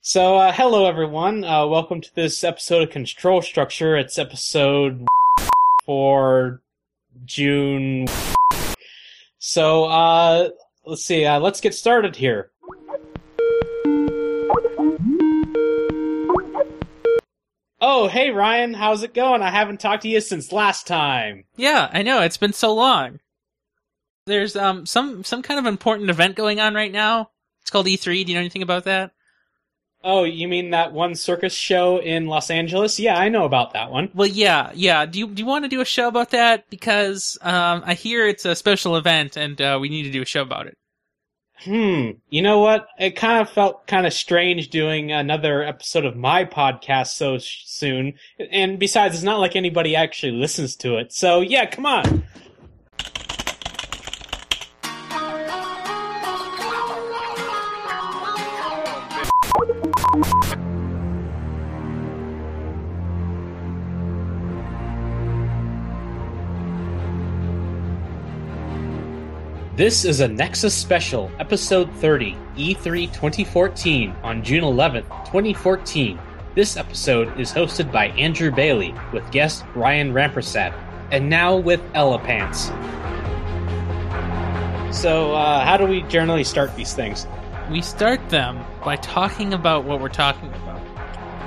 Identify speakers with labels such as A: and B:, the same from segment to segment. A: So, uh, hello everyone. Uh, welcome to this episode of Control Structure. It's episode for June. So, uh, let's see. Uh, let's get started here. Oh, hey Ryan, how's it going? I haven't talked to you since last time.
B: Yeah, I know. It's been so long. There's um some some kind of important event going on right now. It's called E3. Do you know anything about that?
A: Oh, you mean that one circus show in Los Angeles? Yeah, I know about that one.
B: Well, yeah, yeah. Do you do you want to do a show about that? Because um I hear it's a special event and uh, we need to do a show about it.
A: Hmm. You know what? It kind of felt kind of strange doing another episode of my podcast so sh- soon. And besides, it's not like anybody actually listens to it. So, yeah, come on. This is a Nexus special, episode E 30, E3 2014, on June 11th, 2014. This episode is hosted by Andrew Bailey with guest Ryan Rampersad, and now with Ella Pants. So, uh, how do we generally start these things?
B: We start them by talking about what we're talking about.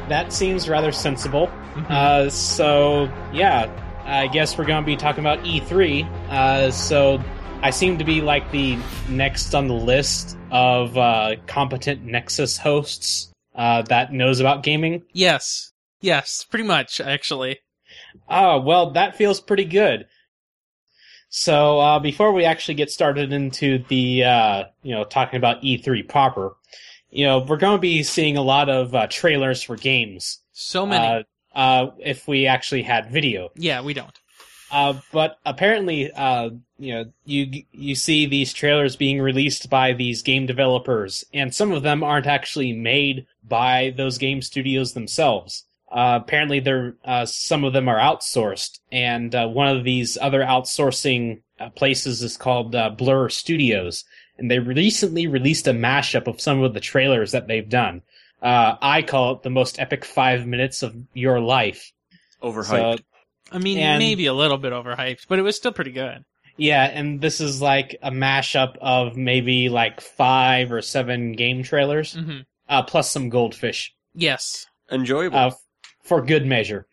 A: That seems rather sensible.
B: Mhm.
A: Uh, so yeah, I guess we're gonna be talking about E3. Uh, so I seem to be like the next on the list of uh, competent Nexus hosts uh, that knows about gaming.
B: yes, yes, pretty much actually.
A: Ah, well, that feels pretty good. So uh, before we actually get started into the uh, you know talking about E3 proper, you know we're going to be seeing a lot of uh, trailers for games.
B: So many.
A: Uh, uh, if we actually had video.
B: yeah, we don't.
A: Uh, but apparently, uh, you know, you you see these trailers being released by these game developers, and some of them aren't actually made by those game studios themselves. Uh, apparently, they're uh, some of them are outsourced, and uh, one of these other outsourcing uh, places is called uh, Blur Studios, and they recently released a mashup of some of the trailers that they've done. Uh, I call it the most epic five minutes of your life. So-
C: Overhyped.
B: I mean,
A: and-
B: maybe a little bit overhyped, but it was still pretty good.
A: Yeah, and this is like a mashup of maybe like five or seven game trailers,
B: hmm
A: uh, plus some goldfish
B: Yes.
C: Enjoyable.
A: uh, for good measure.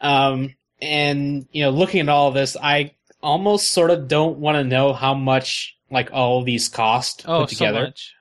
A: Um, and you know, looking at all this, I almost sort of don't want to know how much like all these cost
B: Oh,
A: put
B: so
A: together.
B: much.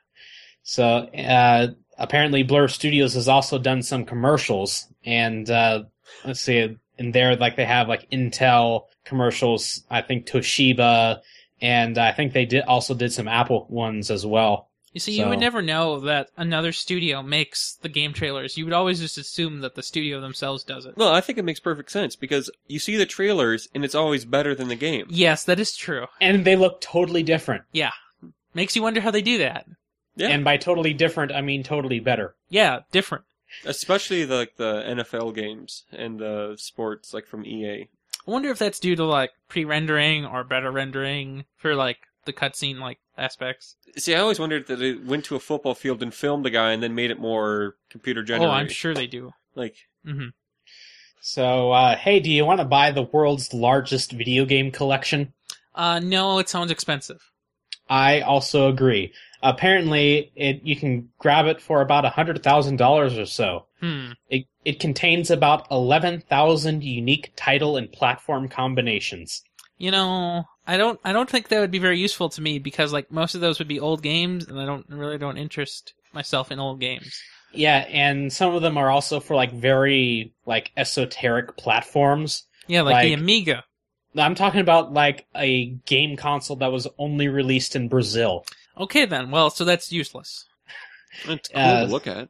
A: So, uh, apparently, Blur Studios has also done some commercials, and uh, let's see, in there, like they have like Intel commercials. I think Toshiba, and I think they did also did some Apple ones as well.
B: You see, you
A: So-
B: would never know that another studio makes the game trailers. You would always just assume that the studio themselves does it.
C: no, I think it makes perfect sense because you see the trailers and it's always better than the game.
B: Yes, that is true.
A: And they look totally different.
B: Makes you wonder how they do that.
C: Yeah.
A: And by totally different, I mean totally better.
B: Yeah, different.
C: Especially the, like the NFL games and the sports like from E EA.
B: I wonder if that's due to like pre-rendering or better rendering for like the cutscene like aspects.
C: See, I always wondered that they went to a football field and filmed a guy and then made it more computer generated.
B: Oh, I'm sure they do.
C: Like,
B: hmm
A: So, uh, hey, do you want to buy the world's largest video game collection?
B: Uh, no, it sounds expensive.
A: I also agree. Apparently, it you can grab it for about hundred thousand dollars or so.
B: Hmm.
A: It, it contains about 11,000 unique title and platform combinations.
B: You know, I don't. I don't think that would be very useful to me because like most of those would be old games, and I don't really don't interest myself in old games.
A: Yeah, and some of them are also for like very like esoteric platforms.
B: Yeah, like, the
A: Like-
B: Amiga.
A: I'm talking about like a game console that was only released in Brazil.
B: Okay then. Well, so that's useless.
C: it's cool
A: Uh,
C: to look at.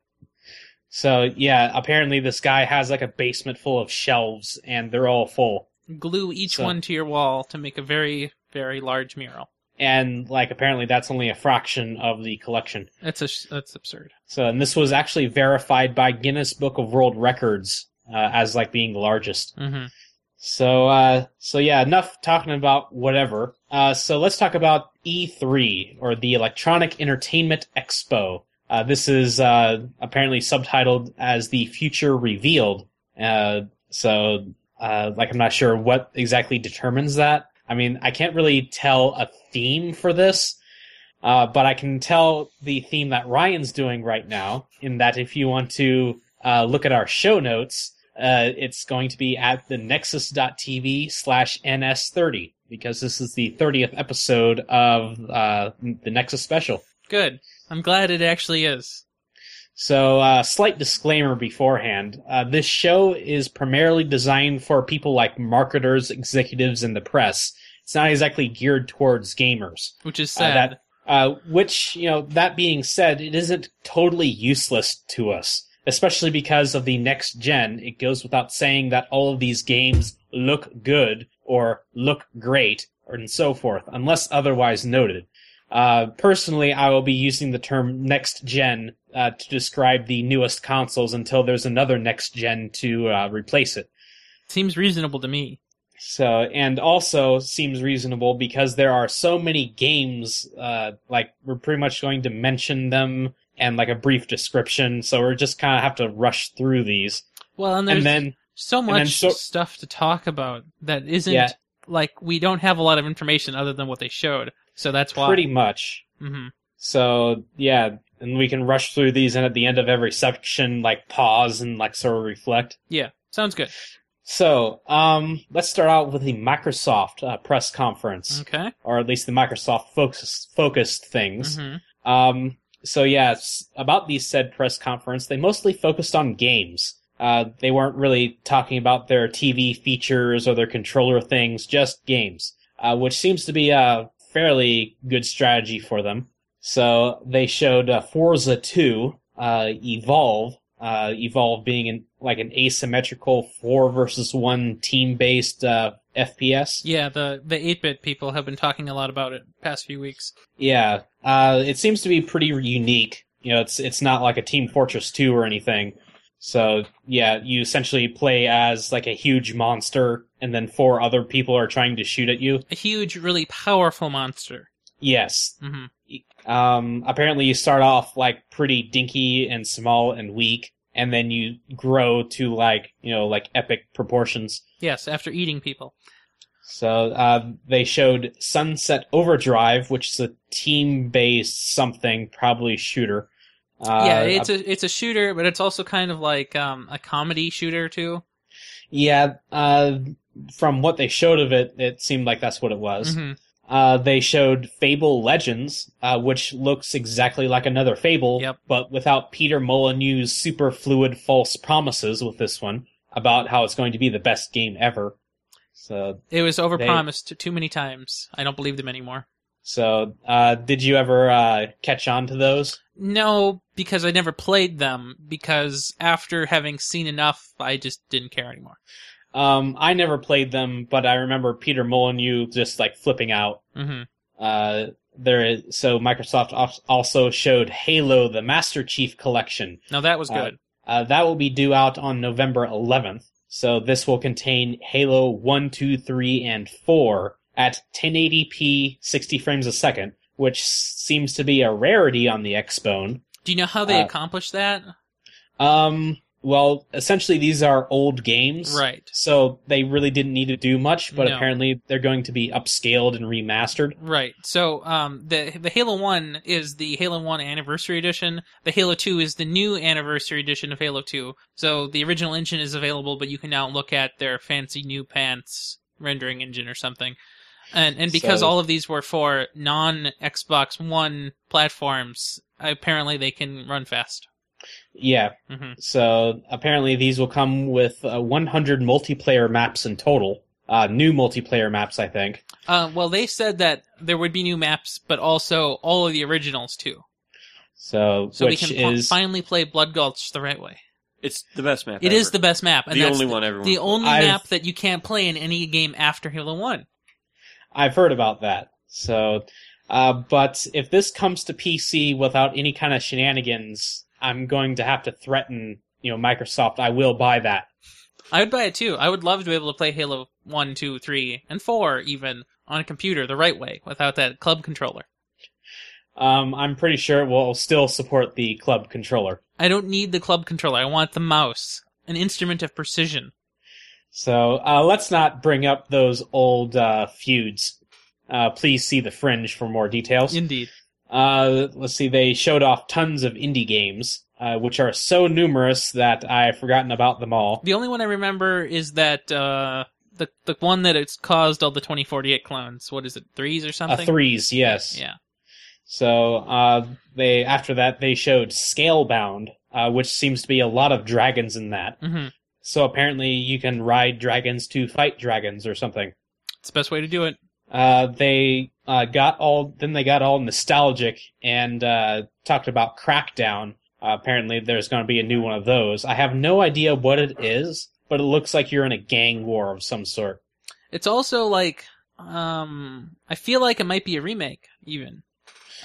A: So, yeah, apparently this guy has like a basement full of shelves and they're all full.
B: Glue each
A: So-
B: one to your wall to make a very very large mural.
A: And like apparently that's only a fraction of the collection.
B: That's a, that's absurd.
A: So, and this was actually verified by Guinness Book of World Records uh, as like being the largest.
B: hmm
A: So, uh, so yeah, enough talking about E whatever. Uh, so let's talk about E3 or the Electronic Entertainment Expo, Uh, this is uh, apparently subtitled as "The Future Revealed." Uh, so, uh, like, I'm not sure what exactly determines that. I mean, I can't really tell a theme for this, uh, but I can tell the theme that Ryan's doing right now. In that, if you want to uh, look at our show notes, uh, it's going to be at the nexus.tv slash ns30 because this is the 30th episode of uh, the Nexus special.
B: Good. I'm glad it actually is.
A: So, uh, slight disclaimer beforehand. Uh, this show is primarily designed for people like marketers, executives, and the press. It's not exactly geared towards gamers.
B: Which is
A: Uh,
B: sad.
A: that, uh, which, you know, that being said, it isn't totally useless to us, especially because of the next gen. It goes without saying that all of these games look good or look great and so forth, unless otherwise noted. Uh, personally, I will be using the term next gen uh, to describe the newest consoles until there's another next gen to uh, replace it.
B: Seems reasonable to me.
A: So, and also seems reasonable because there are so many games, uh, like we're pretty much going to mention them and like a brief description. So we're just kind of have to rush through these.
B: Well, and there's
A: And then,
B: so
A: then
B: much
A: so-
B: stuff to talk about that isn't
A: Yeah.
B: like we don't have a lot of information other than what they showed. So that's why.
A: pretty much.
B: hmm
A: So, yeah. And we can rush through these and at the end of every section, like pause and like sort of reflect.
B: Yeah, sounds good.
A: So, um, let's start out with the Microsoft uh, press conference,
B: Okay.
A: or at least the Microsoft focus, focused things.
B: hmm
A: Um, so yeah, s- about these said press conference, they mostly focused on games. Uh, they weren't really talking about their TV features or their controller things, just games, uh, which seems to be a fairly good strategy for them. So they showed uh, Forza 2, uh, Evolve, uh, Evolve being an, like an asymmetrical four versus one team based uh, FPS.
B: Yeah, the the eight bit people have been talking a lot about it past few weeks.
A: Yeah, uh, it seems to be pretty unique. You know, it's it's not like a Team Fortress two or anything. So yeah, you essentially play as like a huge monster, and then four other people are trying to shoot at you.
B: A huge, really powerful monster.
A: Yes.
B: hmm
A: Um, apparently, you start off like pretty dinky and small and weak, and then you grow to like you know like epic proportions.
B: Yes, after eating people.
A: So uh, they showed Sunset Overdrive, which is a team-based something, probably shooter. Uh,
B: yeah, it's a it's a shooter, but it's also kind of like um, a comedy shooter too.
A: Yeah, uh, from what they showed of it, it seemed like that's what it was.
B: hmm
A: Uh, they showed Fable Legends, uh, which looks exactly like another Fable,
B: Yep.
A: but without Peter Molyneux's super fluid false promises with this one about how it's going to be the best game ever. So,
B: It was overpromised too many times. I don't believe them anymore.
A: so uh, did you ever uh, catch on to those?
B: No, because I never played them. Because after having seen enough, I just didn't care anymore.
A: Um, I never played them, but I remember Peter Molyneux just like flipping out
B: hmm
A: Uh, there is, so Microsoft al- also showed Halo: The Master Chief Collection.
B: No, that was
A: Uh,
B: good.
A: Uh, that will be due out on November 11th. So this will contain Halo 1, 2, 3, and 4 at 1080p, 60 frames a second, which s- seems to be a rarity on the Xbone.
B: Do you know how they
A: uh,
B: accomplished that?
A: Um, well, essentially these are old games.
B: Right,
A: So they really didn't need to do much, but
B: No.
A: apparently they're going to be upscaled and remastered.
B: right. So, um, the the Halo One is the Halo One Anniversary Edition. The Halo Two is the new Anniversary Edition of Halo Two. So the original engine is available, but you can now look at their fancy new pants rendering engine or something. And and because
A: So-
B: all of these were for non Xbox One platforms, apparently they can run fast.
A: Yeah,
B: hmm
A: So apparently, these will come with uh, 100 multiplayer maps in total. Uh, new multiplayer maps, I think.
B: Uh, well, they said that there would be new maps, but also all of the originals too.
A: So,
B: So
A: which
B: we can fi-
A: is
B: finally play Blood Gulch the right way.
C: It's the best map.
B: It
C: ever.
B: is the best map, and
C: the
B: that's
C: only
B: the,
C: one everyone.
B: the only
A: I've-
B: map that you can't play in any game after Halo One.
A: I've heard about that. So, uh, but if this comes to PC without any kind of shenanigans, I'm going to have to threaten, you know, Microsoft. I will buy that.
B: I would buy it too. I would love to be able to play Halo One, Two, Three, and Four even on a computer the right way without that club controller.
A: um, I'm pretty sure it will still support the club controller.
B: I don't need the club controller. I want the mouse, an instrument of precision.
A: So uh, let's not bring up those old uh, feuds. Uh, please see the fringe for more details.
B: Indeed.
A: Uh, let's see, they showed off tons of indie games, uh, which are so numerous that I've forgotten about them all.
B: The only one I remember is that uh, the the one that it's caused all the 2048 clones. What is it? Threes or
A: Uh,
B: something?
A: threes, yes.
B: Yeah.
A: So uh, they after that they showed Scalebound, uh, which seems to be a lot of dragons in that.
B: hmm
A: So apparently you can ride dragons to fight dragons or something.
B: It's the best way to do it.
A: Uh, they uh, got all then they got all nostalgic and uh, talked about Crackdown. Uh, apparently there's going to be a new one of those. I have no idea what it is, but it looks like you're in a gang war of some sort.
B: It's also like um, I feel like it might be a remake even.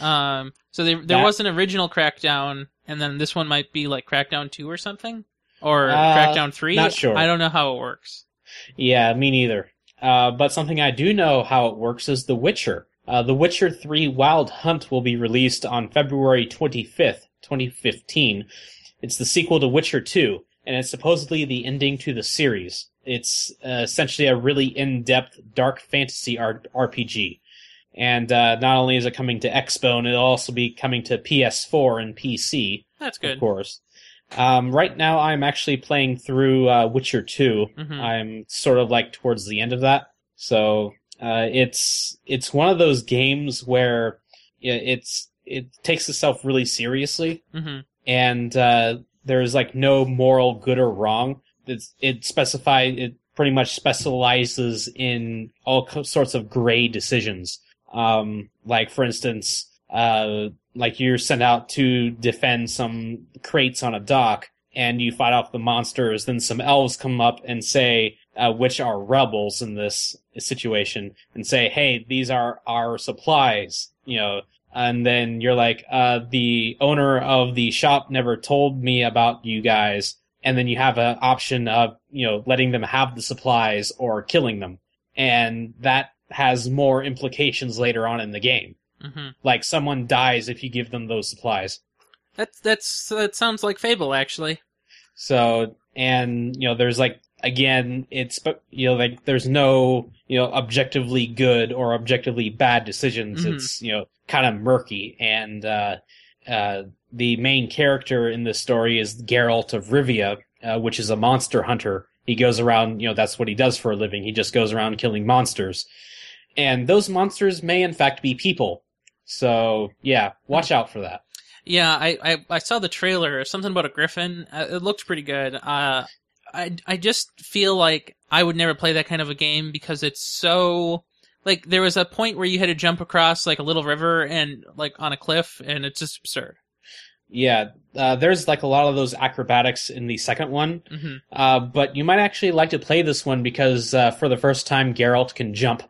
B: Um, so there there
A: That-
B: was an original Crackdown, and then this one might be like Crackdown two or something, or
A: Uh,
B: Crackdown three.
A: not sure.
B: I don't know how it works.
A: Yeah, me neither. Uh, but something I do know how it works is The Witcher. Uh, the Witcher 3 Wild Hunt will be released on February 25th, 2015. It's the sequel to Witcher 2, and it's supposedly the ending to the series. It's uh, essentially a really in-depth dark fantasy R- RPG. And uh, not only is it coming to Xbone, it'll also be coming to PS4 and PC,
B: That's
A: of
B: good.
A: course. Um, right now, I'm actually playing through uh, Witcher 2.
B: hmm
A: I'm sort of like towards the end of that. So uh, it's it's one of those games where yeah, it's it takes itself really seriously,
B: hmm
A: and uh, there's like no moral good or wrong. It's, it specify it pretty much specializes in all co- sorts of gray decisions. Um, like for instance, uh, like you're sent out to defend some crates on a dock and you fight off the monsters. Then some elves come up and say, uh, which are rebels in this situation, and say, hey, these are our supplies, you know. And then you're like, uh, the owner of the shop never told me about you guys. And then you have an option of, you know, letting them have the supplies or killing them. And that has more implications later on in the game.
B: hmm
A: Like someone dies if you give them those supplies.
B: That's that's that sounds like Fable actually.
A: So, and you know, there's like again, it's but you know, like there's no you know objectively good or objectively bad decisions.
B: Mhm.
A: It's you know kind of murky, and uh, uh, the main character in this story is Geralt of Rivia, uh, which is a monster hunter. He goes around, you know, that's what he does for a living. He just goes around killing monsters, and those monsters may in fact be people. So yeah, watch out for that.
B: Yeah, I, I, I saw the trailer. Something about a griffin. Uh, it looked pretty good. Uh, I I just feel like I would never play that kind of a game because it's so like there was a point where you had to jump across like a little river and like on a cliff, and it's just absurd.
A: Yeah, uh, there's like a lot of those acrobatics in the second one.
B: hmm
A: Uh, but you might actually like to play this one because uh, for the first time, Geralt can jump.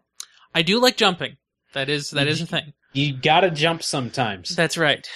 B: I do like jumping. That is that is a thing.
A: You gotta jump sometimes.
B: Mm-hmm. That's right.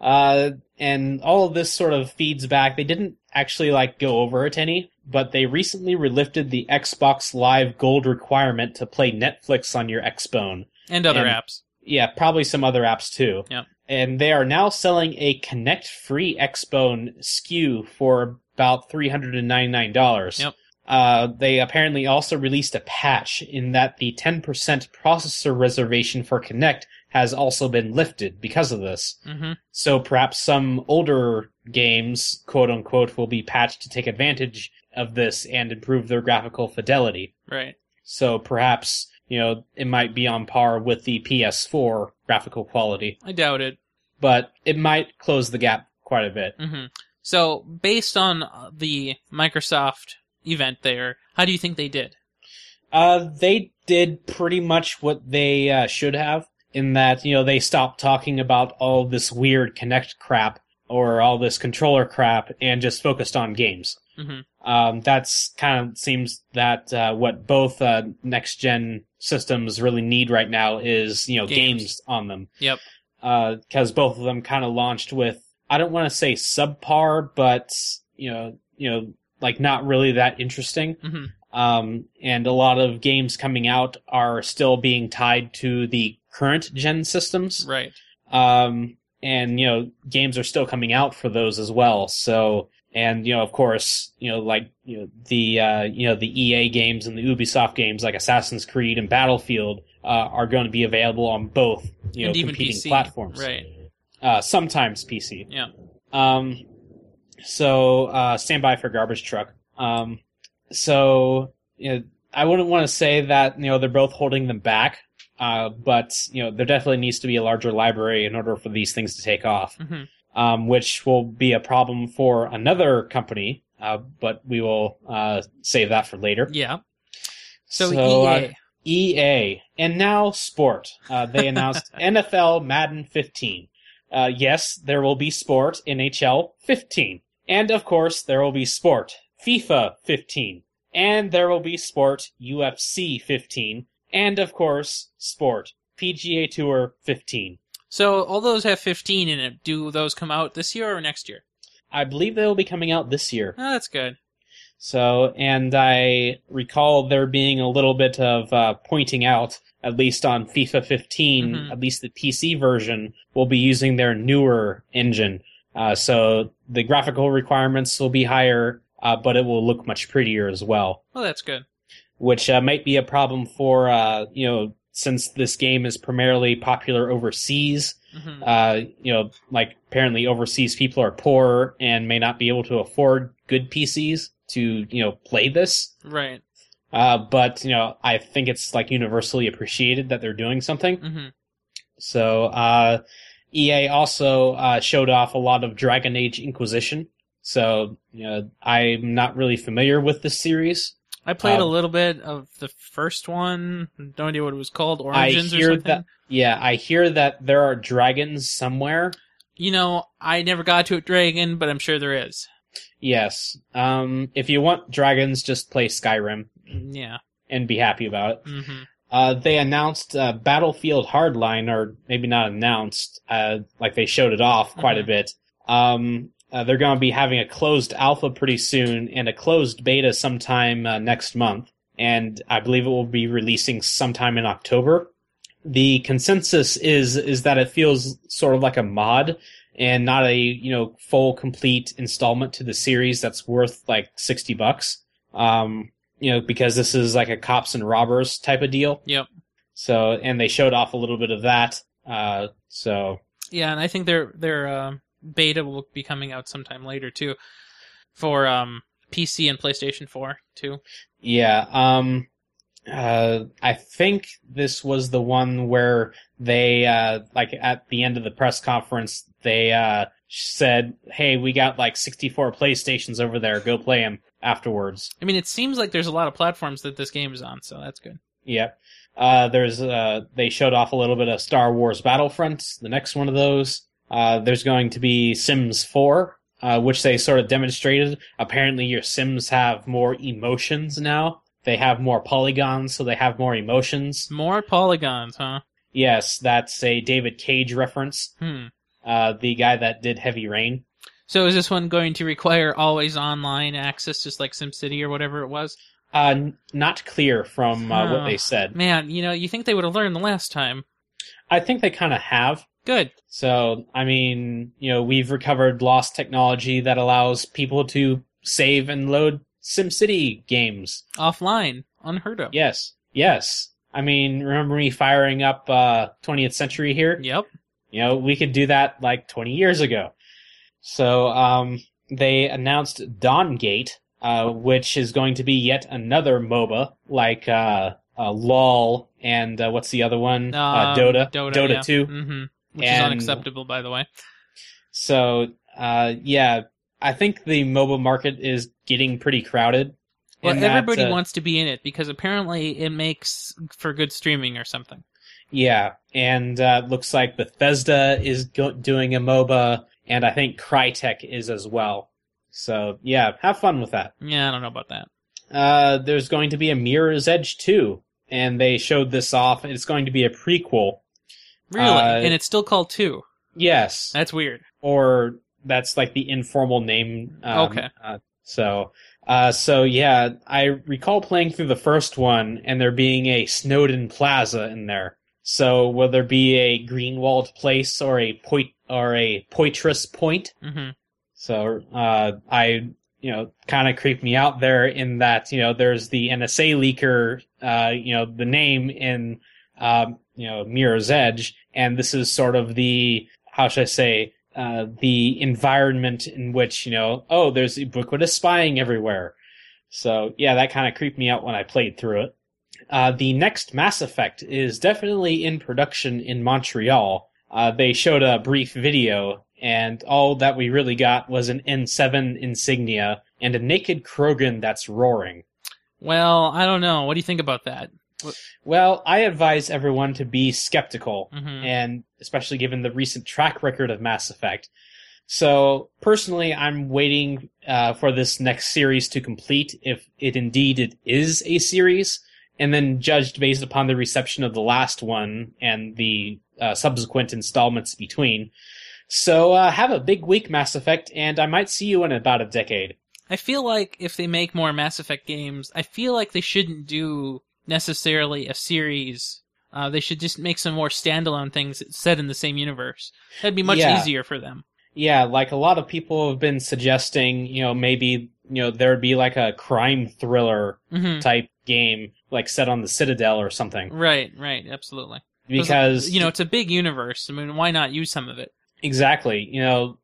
A: Uh, and all of this sort of feeds back. They didn't actually like go over it any, but they recently relifted the Xbox Live Gold requirement to play Netflix on your Xbone.
B: And other
A: And-
B: apps.
A: Yeah, probably some other apps too.
B: Yeah.
A: And they are now selling a Connect Free Xbone SKU for about three hundred and ninety nine dollars.
B: Yep.
A: Uh, they apparently also released a patch in that the ten percent processor reservation for Connect has also been lifted because of this.
B: hmm
A: So perhaps some older games, quote unquote, will be patched to take advantage of this and improve their graphical fidelity.
B: Right.
A: So perhaps, you know, it might be on par with the PS4 graphical quality,
B: I doubt it.
A: but it might close the gap quite a bit.
B: hmm So based on uh, the Microsoft event there, how do you think they did?
A: Uh, they did pretty much what they uh, should have in that, you know, they stopped talking about all this weird Connect crap or all this controller crap and just focused on games.
B: hmm
A: Um, that's kind of seems that uh, what both uh, next gen systems really need right now is you know
B: Games.
A: games, on them.
B: Yep.
A: Because both of them kind of launched with I don't want to say subpar, but you know you know like not really that interesting.
B: hmm
A: Um, and a lot of games coming out are still being tied to the current gen systems.
B: Right.
A: Um, and you know, games are still coming out for those as well. So, and you know, of course, you know, like you know, the uh, you know the EA games and the Ubisoft games, like Assassin's Creed and Battlefield, uh, are going to be available on both you know
B: and even
A: competing
B: PC,
A: platforms.
B: right?
A: Uh, sometimes PC.
B: Yeah.
A: Um, so uh, stand by for garbage truck. Um, so you know, I wouldn't want to say that you know they're both holding them back, uh, but you know there definitely needs to be a larger library in order for these things to take off,
B: hmm
A: um, which will be a problem for another company. Uh, but we will uh, save that for later.
B: Yeah. So, E
A: uh,
B: EA.
A: EA and now sport. Uh, they announced NFL Madden 15. Uh, yes, there will be sport NHL 15, and of course there will be sport FIFA 15, and there will be sport UFC 15, and of course sport PGA Tour 15.
B: so all those have 15 in it. Do those come out this year or next year?
A: I believe they will be coming out this year.
B: Oh, that's good.
A: So, and I recall there being a little bit of uh, pointing out, at least on FIFA 15,
B: Mhm.
A: at least the PC version will be using their newer engine. Uh, so the graphical requirements will be higher, uh, but it will look much prettier as well,
B: Well, that's good.
A: which uh, might be a problem for, uh, you know, since this game is primarily popular overseas,
B: hmm
A: uh, you know, like apparently overseas people are poor and may not be able to afford good PCs to, you know, play this.
B: Right.
A: Uh, but you know, I think it's like universally appreciated that they're doing something.
B: hmm
A: So, uh, EA also uh, showed off a lot of Dragon Age Inquisition. So, you know, I'm not really familiar with this series.
B: I played a
A: Um,
B: little bit of the first one. No idea what it was called. Origins
A: hear
B: or something.
A: that- Yeah, I hear that there are dragons somewhere.
B: You know, I never got to a dragon, but I'm sure there is.
A: Yes. Um, if you want dragons, just play Skyrim
B: Yeah.
A: and be happy about it.
B: hmm
A: Uh, they announced uh, Battlefield Hardline, or maybe not announced, uh, like they showed it off quite a
B: Mhm.
A: bit. Um, uh, they're going to be having a closed alpha pretty soon and a closed beta sometime uh, next month. And I believe it will be releasing sometime in October. The consensus is is that it feels sort of like a mod and not a you know full complete installment to the series that's worth like sixty bucks. Um, you know because this is like a cops and robbers type of deal.
B: Yep.
A: So and they showed off a little bit of that. Uh, so
B: Yeah, and I think their their uh, beta will be coming out sometime later too, for um, PC and PlayStation Four too.
A: yeah, um, uh, I think this was the one where they uh, like at the end of the press conference they uh, said, "Hey, we got like sixty four PlayStations over there. Go play them afterwards."
B: I mean, it seems like there's a lot of platforms that this game is on, so that's good.
A: Yep. Uh, there's uh, they showed off a little bit of Star Wars Battlefront, the next one of those. Uh, there's going to be Sims 4, uh, which they sort of demonstrated. Apparently, your Sims have more emotions now. They have more polygons, so they have more emotions.
B: More polygons, huh?
A: Yes, that's a David Cage reference.
B: Hmm.
A: Uh, the guy that did Heavy Rain.
B: So is this one going to require always online access, just like SimCity or whatever it was?
A: Uh, n- not clear from uh, what they said.
B: Man, you know, you think they would have learned the last time.
A: I think they kind of have.
B: Good.
A: So, I mean, you know, we've recovered lost technology that allows people to save and load SimCity games.
B: Offline, unheard of.
A: Yes, yes. I mean, remember me firing up uh, 20th Century here?
B: Yep.
A: You know, we could do that like 20 years ago. So, um, they announced Dawngate, uh, which is going to be yet another MOBA like uh, uh, LOL and uh, what's the other one? uh,
B: Um,
A: Dota.
B: Dota.
A: Dota
B: yeah.
A: 2.
B: hmm Which is
A: And-
B: unacceptable, by the way.
A: So, uh, yeah, I think the mobile market is getting pretty crowded.
B: Well,
A: in that,
B: everybody
A: uh,
B: wants to be in it because apparently it makes for good streaming or something.
A: Yeah, and uh, it looks like Bethesda is go- doing a MOBA, and I think Crytek is as well. So, yeah, have fun with that.
B: Yeah, I don't know about that.
A: Uh, there's going to be a Mirror's Edge 2, and they showed this off. It's going to be a prequel.
B: Really?
A: Uh,
B: and it's still called 2.
A: Yes,
B: That's weird.
A: or that's like the informal name. Um,
B: Okay.
A: Uh, so, uh, so yeah, I recall playing through the first one and there being a Snowden Plaza in there. So whether it be a Greenwald Place or a Poit or a Poitras Point,
B: hmm
A: so uh, I, you know, kind of creeped me out there in that you know there's the NSA leaker, uh, you know, the name in um, you know Mirror's Edge, and this is sort of the how should I say uh, the environment in which you know oh there's ubiquitous spying everywhere. So yeah, that kind of creeped me out when I played through it. Uh, the next Mass Effect is definitely in production in Montreal. Uh, they showed a brief video, and all that we really got was an N7 insignia and a naked Krogan that's roaring.
B: Well, I don't know. What do you think about that?
A: Well, I advise everyone to be skeptical,
B: hmm
A: and especially given the recent track record of Mass Effect. So, personally, I'm waiting uh, for this next series to complete, if it indeed it is a series, and then judged based upon the reception of the last one and the uh, subsequent installments between. So, uh, have a big week, Mass Effect, and I might see you in about a decade.
B: I feel like if they make more Mass Effect games, I feel like they shouldn't do necessarily a series. Uh, they should just make some more standalone things set in the same universe. That'd be much
A: Yeah.
B: easier for them.
A: Yeah, like a lot of people have been suggesting, you know, maybe, you know, there'd be like a crime thriller
B: hmm
A: type game, like set on the Citadel or something.
B: Right, right, absolutely.
A: Because
B: you know, it's a big universe. I mean, why not use some of it?
A: exactly, you know,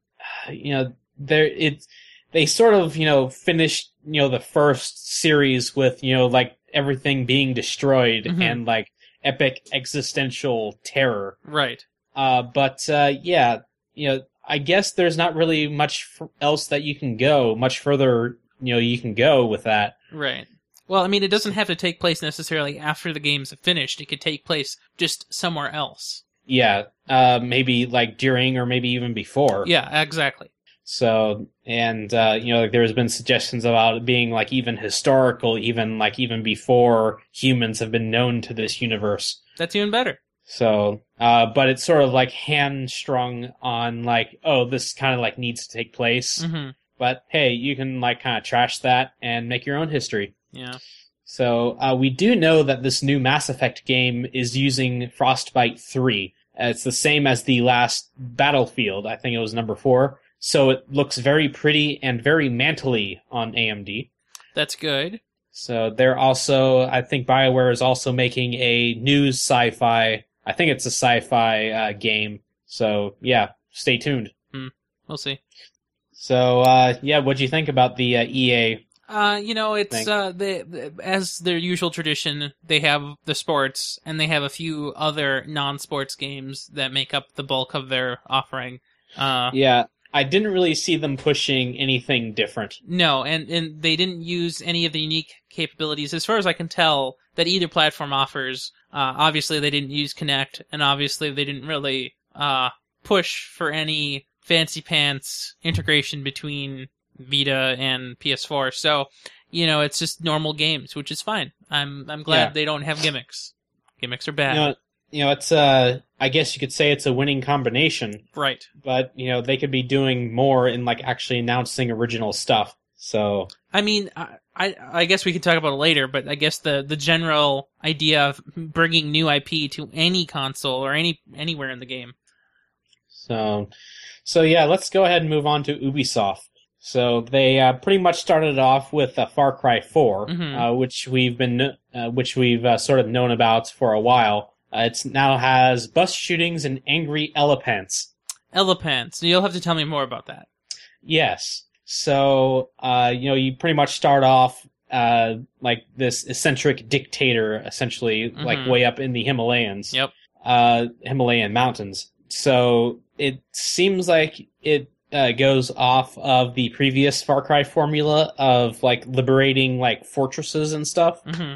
A: you know, there it. They sort of you know finished you know the first series with you know like everything being destroyed
B: Mhm.
A: and like epic existential terror.
B: Right.
A: Uh, but uh, yeah, you know, I guess there's not really much f- else that you can go much further. You know, you can go with that.
B: Right. Well, I mean, it doesn't have to take place necessarily after the game's finished. It could take place just somewhere else.
A: Yeah, uh, maybe like during or maybe even before.
B: Yeah, exactly.
A: So, and uh, you know, like there's been suggestions about it being like even historical, even like even before humans have been known to this universe.
B: That's even better.
A: So, uh, but it's sort of like hamstrung on like, oh, this kind of like needs to take place.
B: hmm
A: But hey, you can like kind of trash that and make your own history.
B: Yeah.
A: So, uh, we do know that this new Mass Effect game is using Frostbite 3. Uh, It's the same as the last Battlefield. I think it was number four. So it looks very pretty and very mantly on AMD.
B: That's good.
A: So they're also, I think BioWare is also making a new sci fi, I think it's a sci fi uh, game. So yeah, stay tuned.
B: We'll see.
A: So uh, yeah, what'd you think about the uh, EA?
B: Uh, you know, it's
A: Thank-
B: uh, they, they- as their usual tradition, they have the sports and they have a few other non-sports games that make up the bulk of their offering. Uh,
A: Yeah, I didn't really see them pushing anything different.
B: no, and and they didn't use any of the unique capabilities, as far as I can tell, that either platform offers. Uh, obviously, they didn't use Connect, and obviously, they didn't really uh push for any fancy pants integration between Vita and PS4. So, you know, it's just normal games, which is fine. I'm I'm glad
A: Yeah.
B: they don't have gimmicks. Gimmicks are bad.
A: You know, you know, it's uh, I guess you could say it's a winning combination,
B: Right.
A: but you know they could be doing more in like actually announcing original stuff. So
B: I mean, I, I I guess we could talk about it later, but I guess the the general idea of bringing new IP to any console or any anywhere in the game.
A: So, so yeah, let's go ahead and move on to Ubisoft. So they uh, pretty much started off with uh, Far Cry 4,
B: Mhm.
A: uh, which we've been, uh, which we've uh, sort of known about for a while. Uh, it's now has bus shootings and angry elephants.
B: Elopants. You'll have to tell me more about that.
A: Yes. So, uh, you know, you pretty much start off uh, like this eccentric dictator, essentially, like
B: Mhm.
A: way up in the Himalayans.
B: Yep.
A: Uh, Himalayan mountains. So it seems like it uh, goes off of the previous Far Cry formula of like liberating like fortresses and stuff.
B: hmm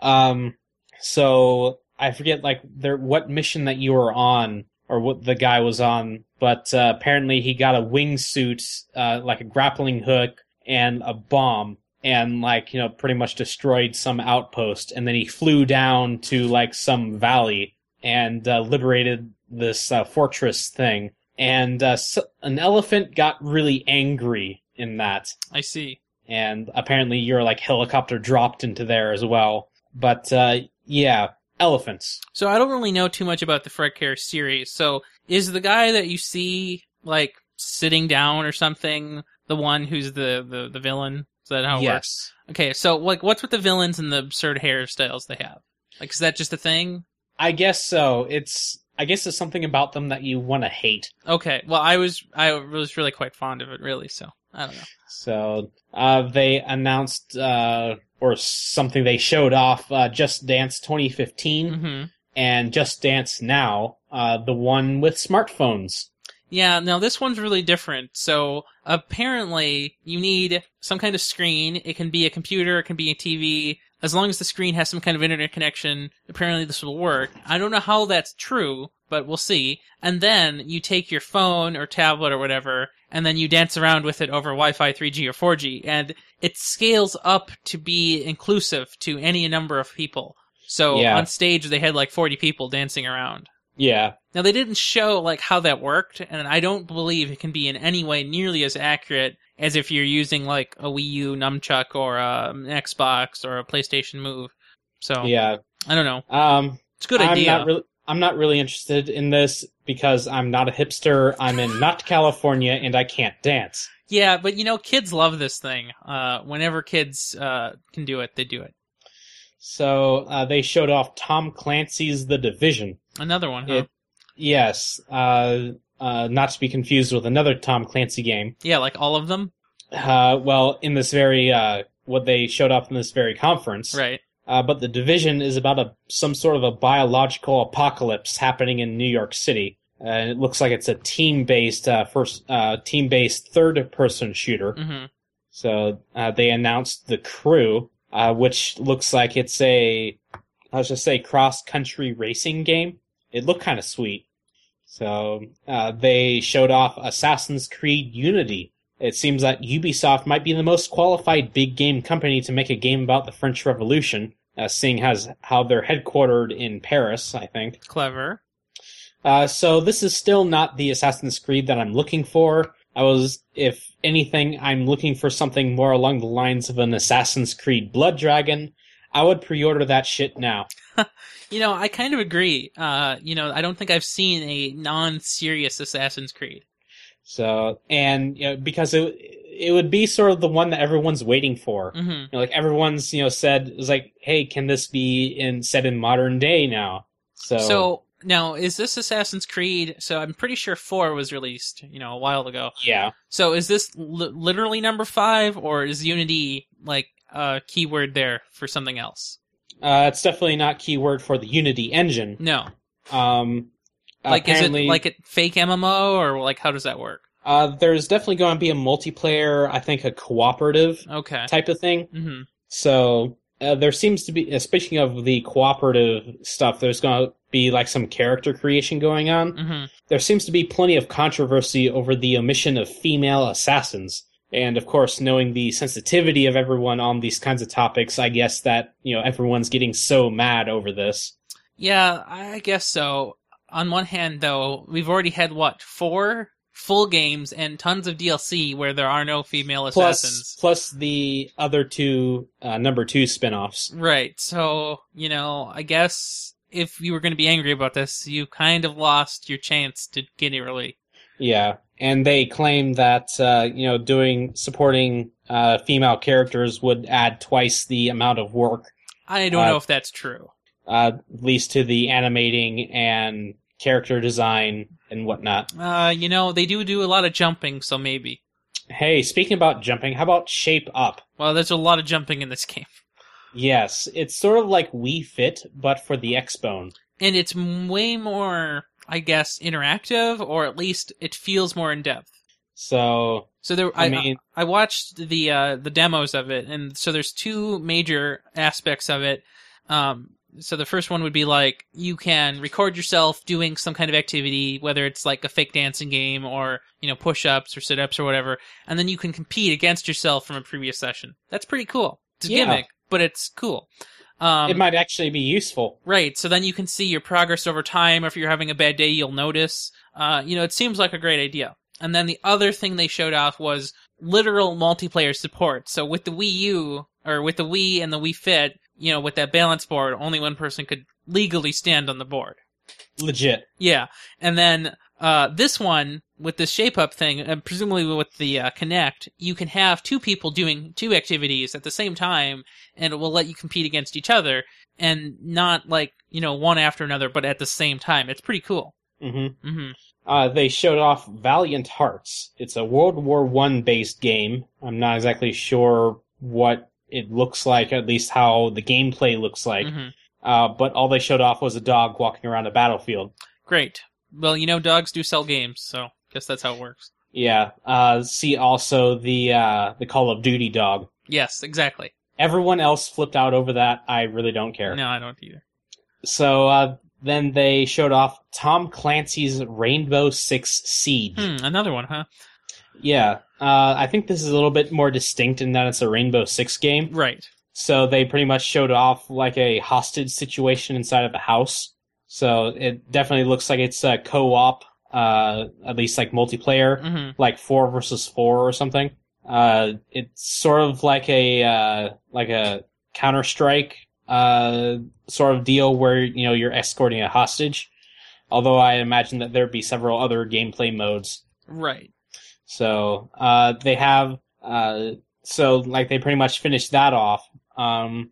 A: Um, so I forget like there what mission that you were on or what the guy was on, but uh, apparently he got a wingsuit, uh, like a grappling hook and a bomb, and like you know pretty much destroyed some outpost, and then he flew down to like some valley and uh, liberated this uh, fortress thing. And uh, s an elephant got really angry in that
B: I see.
A: and apparently your like helicopter dropped into there as well. But uh, yeah, elephants.
B: So I don't really know too much about the Fred Care series. So is the guy that you see like sitting down or something the one who's the the, the villain? Is that how it works?
A: yes.
B: Okay, so like what's with the villains and the absurd hairstyles they have? Like is that just a thing?
A: I guess so. It's I guess it's something about them that you want to hate.
B: Okay. Well, I was I was really quite fond of it really, so I don't know.
A: So uh, they announced uh, or something they showed off uh, Just Dance 2015
B: Mhm.
A: and Just Dance Now, uh, the one with smartphones.
B: Yeah, now this one's really different. So apparently you need some kind of screen. It can be a computer, it can be a TV. As long as the screen has some kind of internet connection, apparently this will work. I don't know how that's true, but we'll see. And then you take your phone or tablet or whatever, and then you dance around with it over Wi-Fi 3G or 4G, and it scales up to be inclusive to any number of people. So
A: Yeah.
B: on stage they had like 40 people dancing around.
A: Yeah,
B: Now they didn't show like how that worked, and I don't believe it can be in any way nearly as accurate as if you're using like a Wii U nunchuck or a, an Xbox or a PlayStation Move. So
A: yeah.
B: I don't know.
A: Um,
B: It's a good
A: I'm
B: idea.
A: not really. I'm not really interested in this because I'm not a hipster. I'm in not California and I can't dance.
B: yeah, but you know, kids love this thing. Uh, whenever kids uh, can do it, they do it.
A: So uh, they showed off Tom Clancy's The Division.
B: Another one, huh?
A: It- Yes, uh, uh, not to be confused with another Tom Clancy game.
B: yeah, like all of them,
A: Uh, well, in this very uh, what they showed off in this very conference,
B: right?
A: uh, but the division is about a some sort of a biological apocalypse happening in New York City. Uh, and it looks like it's a team-based uh, first uh, team-based third-person shooter.
B: hmm
A: So uh, they announced the crew, uh, which looks like it's a let's just say cross-country racing game. It looked kind of sweet. So uh, they showed off Assassin's Creed Unity. It seems that Ubisoft might be the most qualified big game company to make a game about the French Revolution, uh, seeing as how they're headquartered in Paris, I think.
B: Clever.
A: Uh, so this is still not the Assassin's Creed that I'm looking for. I was, if anything, I'm looking for something more along the lines of an Assassin's Creed Blood Dragon. I would pre-order that shit now.
B: You know, I kind of agree. Uh, you know, I don't think I've seen a non-serious Assassin's Creed.
A: So, and you know, because it it would be sort of the one that everyone's waiting for.
B: hmm
A: You know, like everyone's, you know, said it was like, hey, can this be in set in modern day now? So,
B: So now, is this Assassin's Creed? So I'm pretty sure four was released, you know, a while ago.
A: yeah,
B: So is this li- literally number five, or is Unity like a keyword there for something else?
A: uh, it's definitely not keyword for the Unity engine.
B: No,
A: Um,
B: like is it
A: apparently-
B: like a fake MMO, or like how does that work?
A: Uh, there's definitely going to be a multiplayer, I think a cooperative
B: Okay.
A: type of thing.
B: hmm
A: So uh, there seems to be, uh, speaking of the cooperative stuff, there's going to be like some character creation going on.
B: hmm
A: There seems to be plenty of controversy over the omission of female assassins. And of course, knowing the sensitivity of everyone on these kinds of topics, I guess that, you know, everyone's getting so mad over this.
B: Yeah, I guess so. On one hand, though, we've already had what four full games and tons of DLC where there are no female assassins.
A: Plus, plus the other two, uh, number two spin-offs.
B: Right. So, you know, I guess if you were going to be angry about this, you kind of lost your chance to get it early.
A: Yeah, and they claim that uh, you know doing supporting uh, female characters would add twice the amount of work,
B: I don't
A: Uh,
B: know if that's true.
A: uh, at least to the animating and character design and whatnot.
B: Uh, you know, they do do a lot of jumping, so maybe.
A: Hey, speaking about jumping, how about Shape Up?
B: Well, there's a lot of jumping in this game.
A: Yes, it's sort of like Wii Fit, but for the X Bone.
B: And it's m- way more, I guess, interactive, or at least it feels more in depth.
A: So
B: So there,
A: I,
B: I,
A: mean,
B: I watched the uh, the demos of it, and so there's two major aspects of it. Um, so the first one would be like you can record yourself doing some kind of activity, whether it's like a fake dancing game or you know push ups or sit ups or whatever, and then you can compete against yourself from a previous session. That's pretty cool. It's a
A: Yeah.
B: gimmick, but it's cool. Um,
A: it might actually be useful.
B: Right. So then you can see your progress over time. If you're having a bad day, you'll notice. Uh, you know, it seems like a great idea. And then the other thing they showed off was literal multiplayer support. So with the Wii U or with the Wii and the Wii Fit, you know, with that balance board, only one person could legally stand on the board.
A: Legit.
B: Yeah, and then uh, this one with this shape up thing, and presumably with the uh, Connect, you can have two people doing two activities at the same time, and it will let you compete against each other, and not like you know one after another, but at the same time. It's pretty cool.
A: hmm
B: hmm
A: Uh, they showed off Valiant Hearts. It's a World War One based game. I'm not exactly sure what it looks like, at least how the gameplay looks like.
B: hmm
A: Uh, but all they showed off was a dog walking around a battlefield.
B: Great. Well, you know, dogs do sell games, so guess that's how it works.
A: Yeah. Uh, see also the uh, the Call of Duty dog.
B: Yes, exactly.
A: Everyone else flipped out over that. I really don't care.
B: No, I don't either.
A: So uh, then they showed off Tom Clancy's Rainbow Six Siege.
B: Hmm, another one, huh?
A: Yeah, uh, I think this is a little bit more distinct in that it's a Rainbow Six game.
B: Right.
A: So they pretty much showed off like a hostage situation inside of a house. So it definitely looks like it's a co-op, uh, at least like multiplayer,
B: hmm
A: like four versus four or something. Uh, it's sort of like a uh, like a Counter Strike uh, sort of deal where you know you're escorting a hostage. Although I imagine that there'd be several other gameplay modes.
B: Right.
A: So uh, they have uh, so like they pretty much finished that off. Um,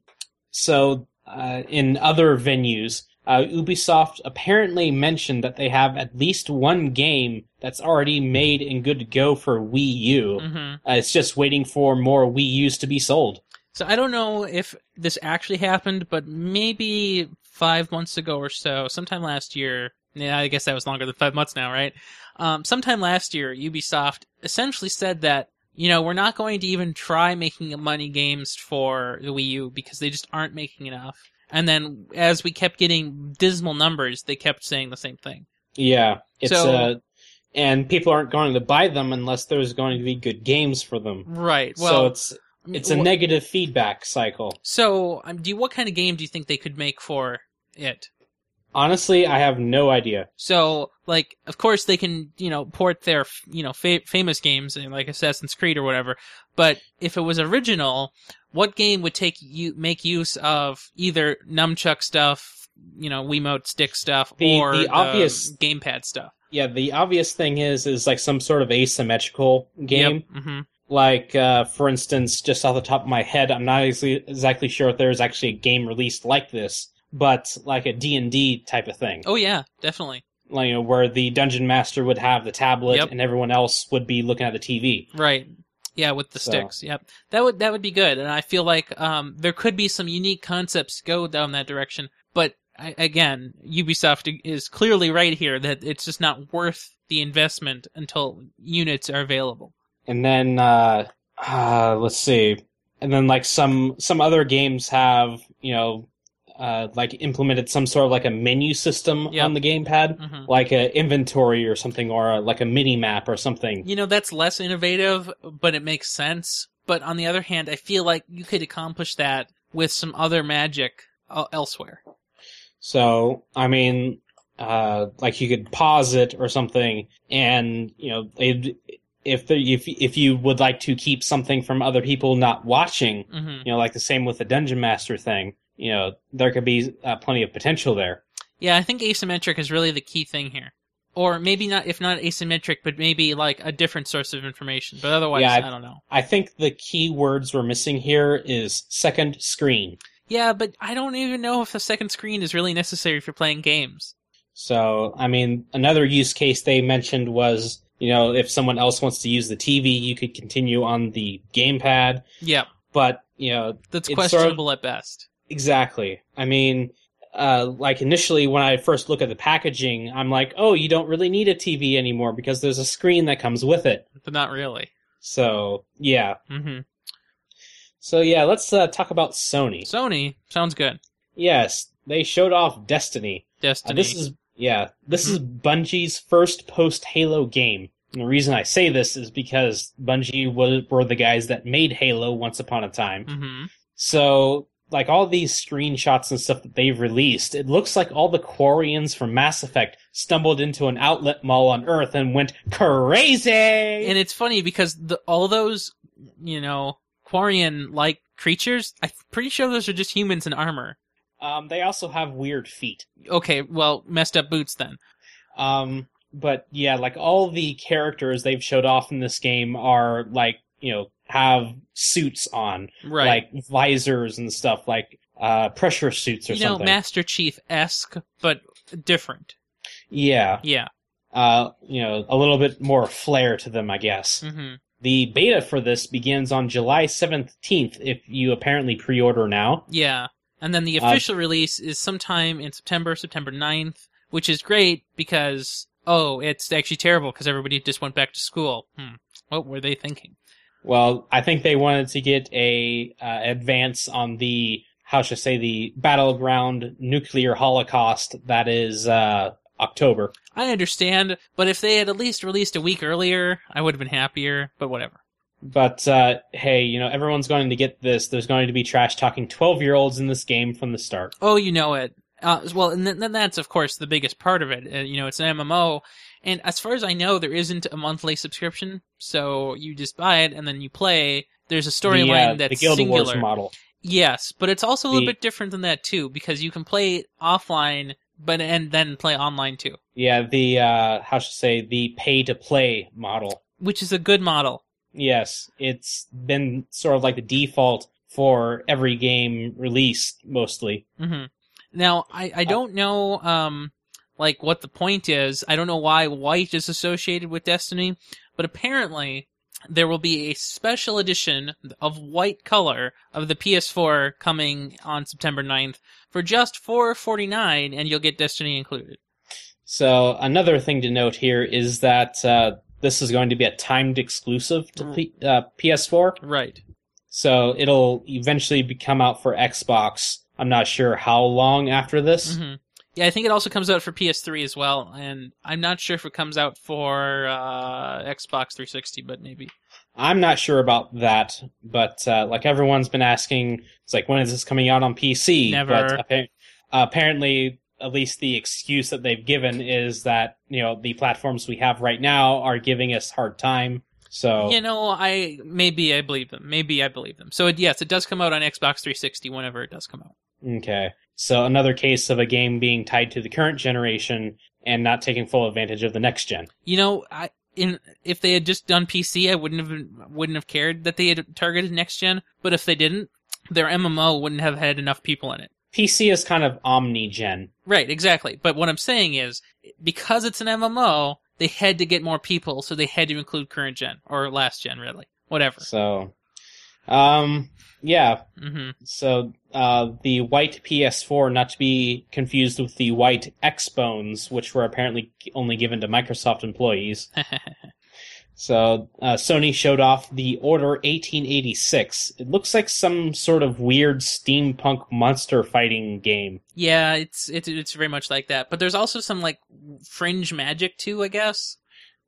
A: so uh, in other venues, uh, Ubisoft apparently mentioned that they have at least one game that's already made and good to go for Wii U.
B: hmm
A: Uh, it's just waiting for more Wii U's to be sold.
B: So I don't know if this actually happened, but maybe five months ago or so, sometime last year. Yeah, I guess that was longer than five months now, right? Um, sometime last year, Ubisoft essentially said that you know we're not going to even try making money games for the Wii U because they just aren't making enough. And then as we kept getting dismal numbers, they kept saying the same thing.
A: Yeah, it's
B: So-
A: uh, and people aren't going to buy them unless there's going to be good games for them.
B: Right.
A: so
B: Well,
A: it's it's a negative feedback cycle.
B: So, um, do you, what kind of game do you think they could make for it?
A: Honestly, I have no idea.
B: So, like, of course they can, you know, port their, f- you know, fa- famous games and like Assassin's Creed or whatever. But if it was original, what game would take you make use of either nunchuck stuff, you know, Wiimote stick stuff,
A: The-
B: or
A: the obvious-
B: gamepad stuff?
A: Yeah, the obvious thing is is like some sort of asymmetrical game.
B: hmm
A: Like uh, for instance, just off the top of my head, I'm not ex- exactly sure if there's actually a game released like this, but like a D&D type of thing.
B: Oh yeah, definitely.
A: Like you know where the dungeon master would have the tablet
B: Yep.
A: and everyone else would be looking at the TV.
B: Right. Yeah, with the
A: So-
B: sticks. Yep. That would that would be good. And I feel like um there could be some unique concepts go down that direction. But I, again, Ubisoft is clearly right here that it's just not worth the investment until units are available.
A: And then uh, uh let's see. And then like some some other games have, you know, uh, like implemented some sort of like a menu system
B: Yep.
A: on the gamepad.
B: hmm
A: like a inventory or something or a, like a mini map or something
B: You know, that's less innovative, but it makes sense. But on the other hand, I feel like you could accomplish that with some other magic uh, elsewhere.
A: so i mean uh like you could pause it or something and you know it, if the, if if you would like to keep something from other people not watching
B: hmm
A: you know like the same with the dungeon master thing you know there could be uh, plenty of potential there
B: Yeah, I think asymmetric is really the key thing here. Or maybe not, if not asymmetric, but maybe like a different source of information. But otherwise,
A: Yeah,
B: I,
A: I-
B: don't know.
A: i think the key words we're missing here is second screen
B: Yeah, but I don't even know if the second screen is really necessary for playing games.
A: So, I mean, another use case they mentioned was, you know, if someone else wants to use the TV, you could continue on the gamepad.
B: Yeah,
A: But, you know,
B: that's
A: It's sort of-
B: questionable at best.
A: exactly. I mean, uh, like initially when I first look at the packaging, I'm like, oh, you don't really need a TV anymore because there's a screen that comes with it.
B: But not really.
A: So, yeah.
B: hmm
A: So, yeah, let's uh, talk about Sony.
B: Sony sounds good.
A: Yes, they showed off Destiny. Uh,
B: Destiny.
A: this is yeah, this is Bungie's first post Halo game. And the reason I say this is because Bungie was, were the guys that made Halo once upon a time.
B: hmm
A: So, like all these screenshots and stuff that they've released, it looks like all the Quarians from Mass Effect stumbled into an outlet mall on Earth and went crazy.
B: And it's funny because the, all those, you know, Quarian like creatures, I'm pretty sure those are just humans in armor.
A: Um, they also have weird feet.
B: Okay, well, messed up boots then.
A: Um, but yeah, like all the characters they've showed off in this game are like, you know, have suits on,
B: Right.
A: like visors and stuff, like uh, pressure suits or
B: you know,
A: something.
B: Master Chief esque, but different.
A: yeah,
B: Yeah.
A: uh, you know, a little bit more flair to them, I guess.
B: hmm
A: The beta for this begins on July 17th if you apparently pre order now.
B: Yeah. And then the
A: Uh,
B: official release is sometime in September, September 9th, which is great because, oh, it's actually terrible because everybody just went back to school. Hmm. What were they thinking?
A: Well, I think they wanted to get a uh, advance on the how should I say the battleground nuclear holocaust that is uh, October.
B: I understand, but if they had at least released a week earlier, I would have been happier, but whatever.
A: But uh, hey, you know everyone's going to get this. There's going to be trash talking twelve year olds in this game from the start.
B: Oh, you know it. Uh, well, and then, then that's of course the biggest part of it. Uh, you know, it's an MMO, and as far as I know, there isn't a monthly subscription. So you just buy it and then you play. There's a
A: The, uh,
B: storyline
A: the
B: that's
A: Guild
B: singular.
A: Wars model.
B: Yes, but it's also a little
A: The-
B: bit different than that too, because you can play offline, but and then play online too,
A: Yeah, the uh, how should I say the pay to play model.
B: which is a good model.
A: Yes, it's been sort of like the default for every game released mostly.
B: hmm Now, I I don't know um like what the point is. I don't know why white is associated with Destiny, but apparently there will be a special edition of white color of the PS4 coming on September 9th for just 4.49 and you'll get Destiny included.
A: So another thing to note here is that uh, this is going to be a timed exclusive
B: Hmm.
A: to P- uh, PS4.
B: Right.
A: So it'll eventually be come out for Xbox. I'm not sure how long after this.
B: hmm Yeah, I think it also comes out for PS3 as well, and I'm not sure if it comes out for uh, Xbox 360, but maybe.
A: I'm not sure about that, but uh, like everyone's been asking, it's like when is this coming out on PC?
B: Never.
A: But appa- apparently, at least the excuse that they've given is that you know the platforms we have right now are giving us hard time. So
B: You know, I maybe I believe them. Maybe I believe them. So it, yes, it does come out on Xbox 360 whenever it does come out.
A: Okay. So another case of a game being tied to the current generation and not taking full advantage of the next gen.
B: You know, I in if they had just done PC, I wouldn't have been- wouldn't have cared that they had targeted next gen. But if they didn't, their MMO wouldn't have had enough people in it.
A: PC is kind of omni gen.
B: Right, exactly. But what I'm saying is, because it's an MMO, they had to get more people, so they had to include current gen or last gen, really, whatever.
A: So um yeah,
B: hmm
A: so uh the white PS4 not to be confused with the white Xbones which were apparently only given to Microsoft employees. So uh, Sony showed off the Order 1886. It looks like some sort of weird steampunk monster fighting game.
B: yeah, it's it's it's very much like that. But there's also some like fringe magic too, I guess.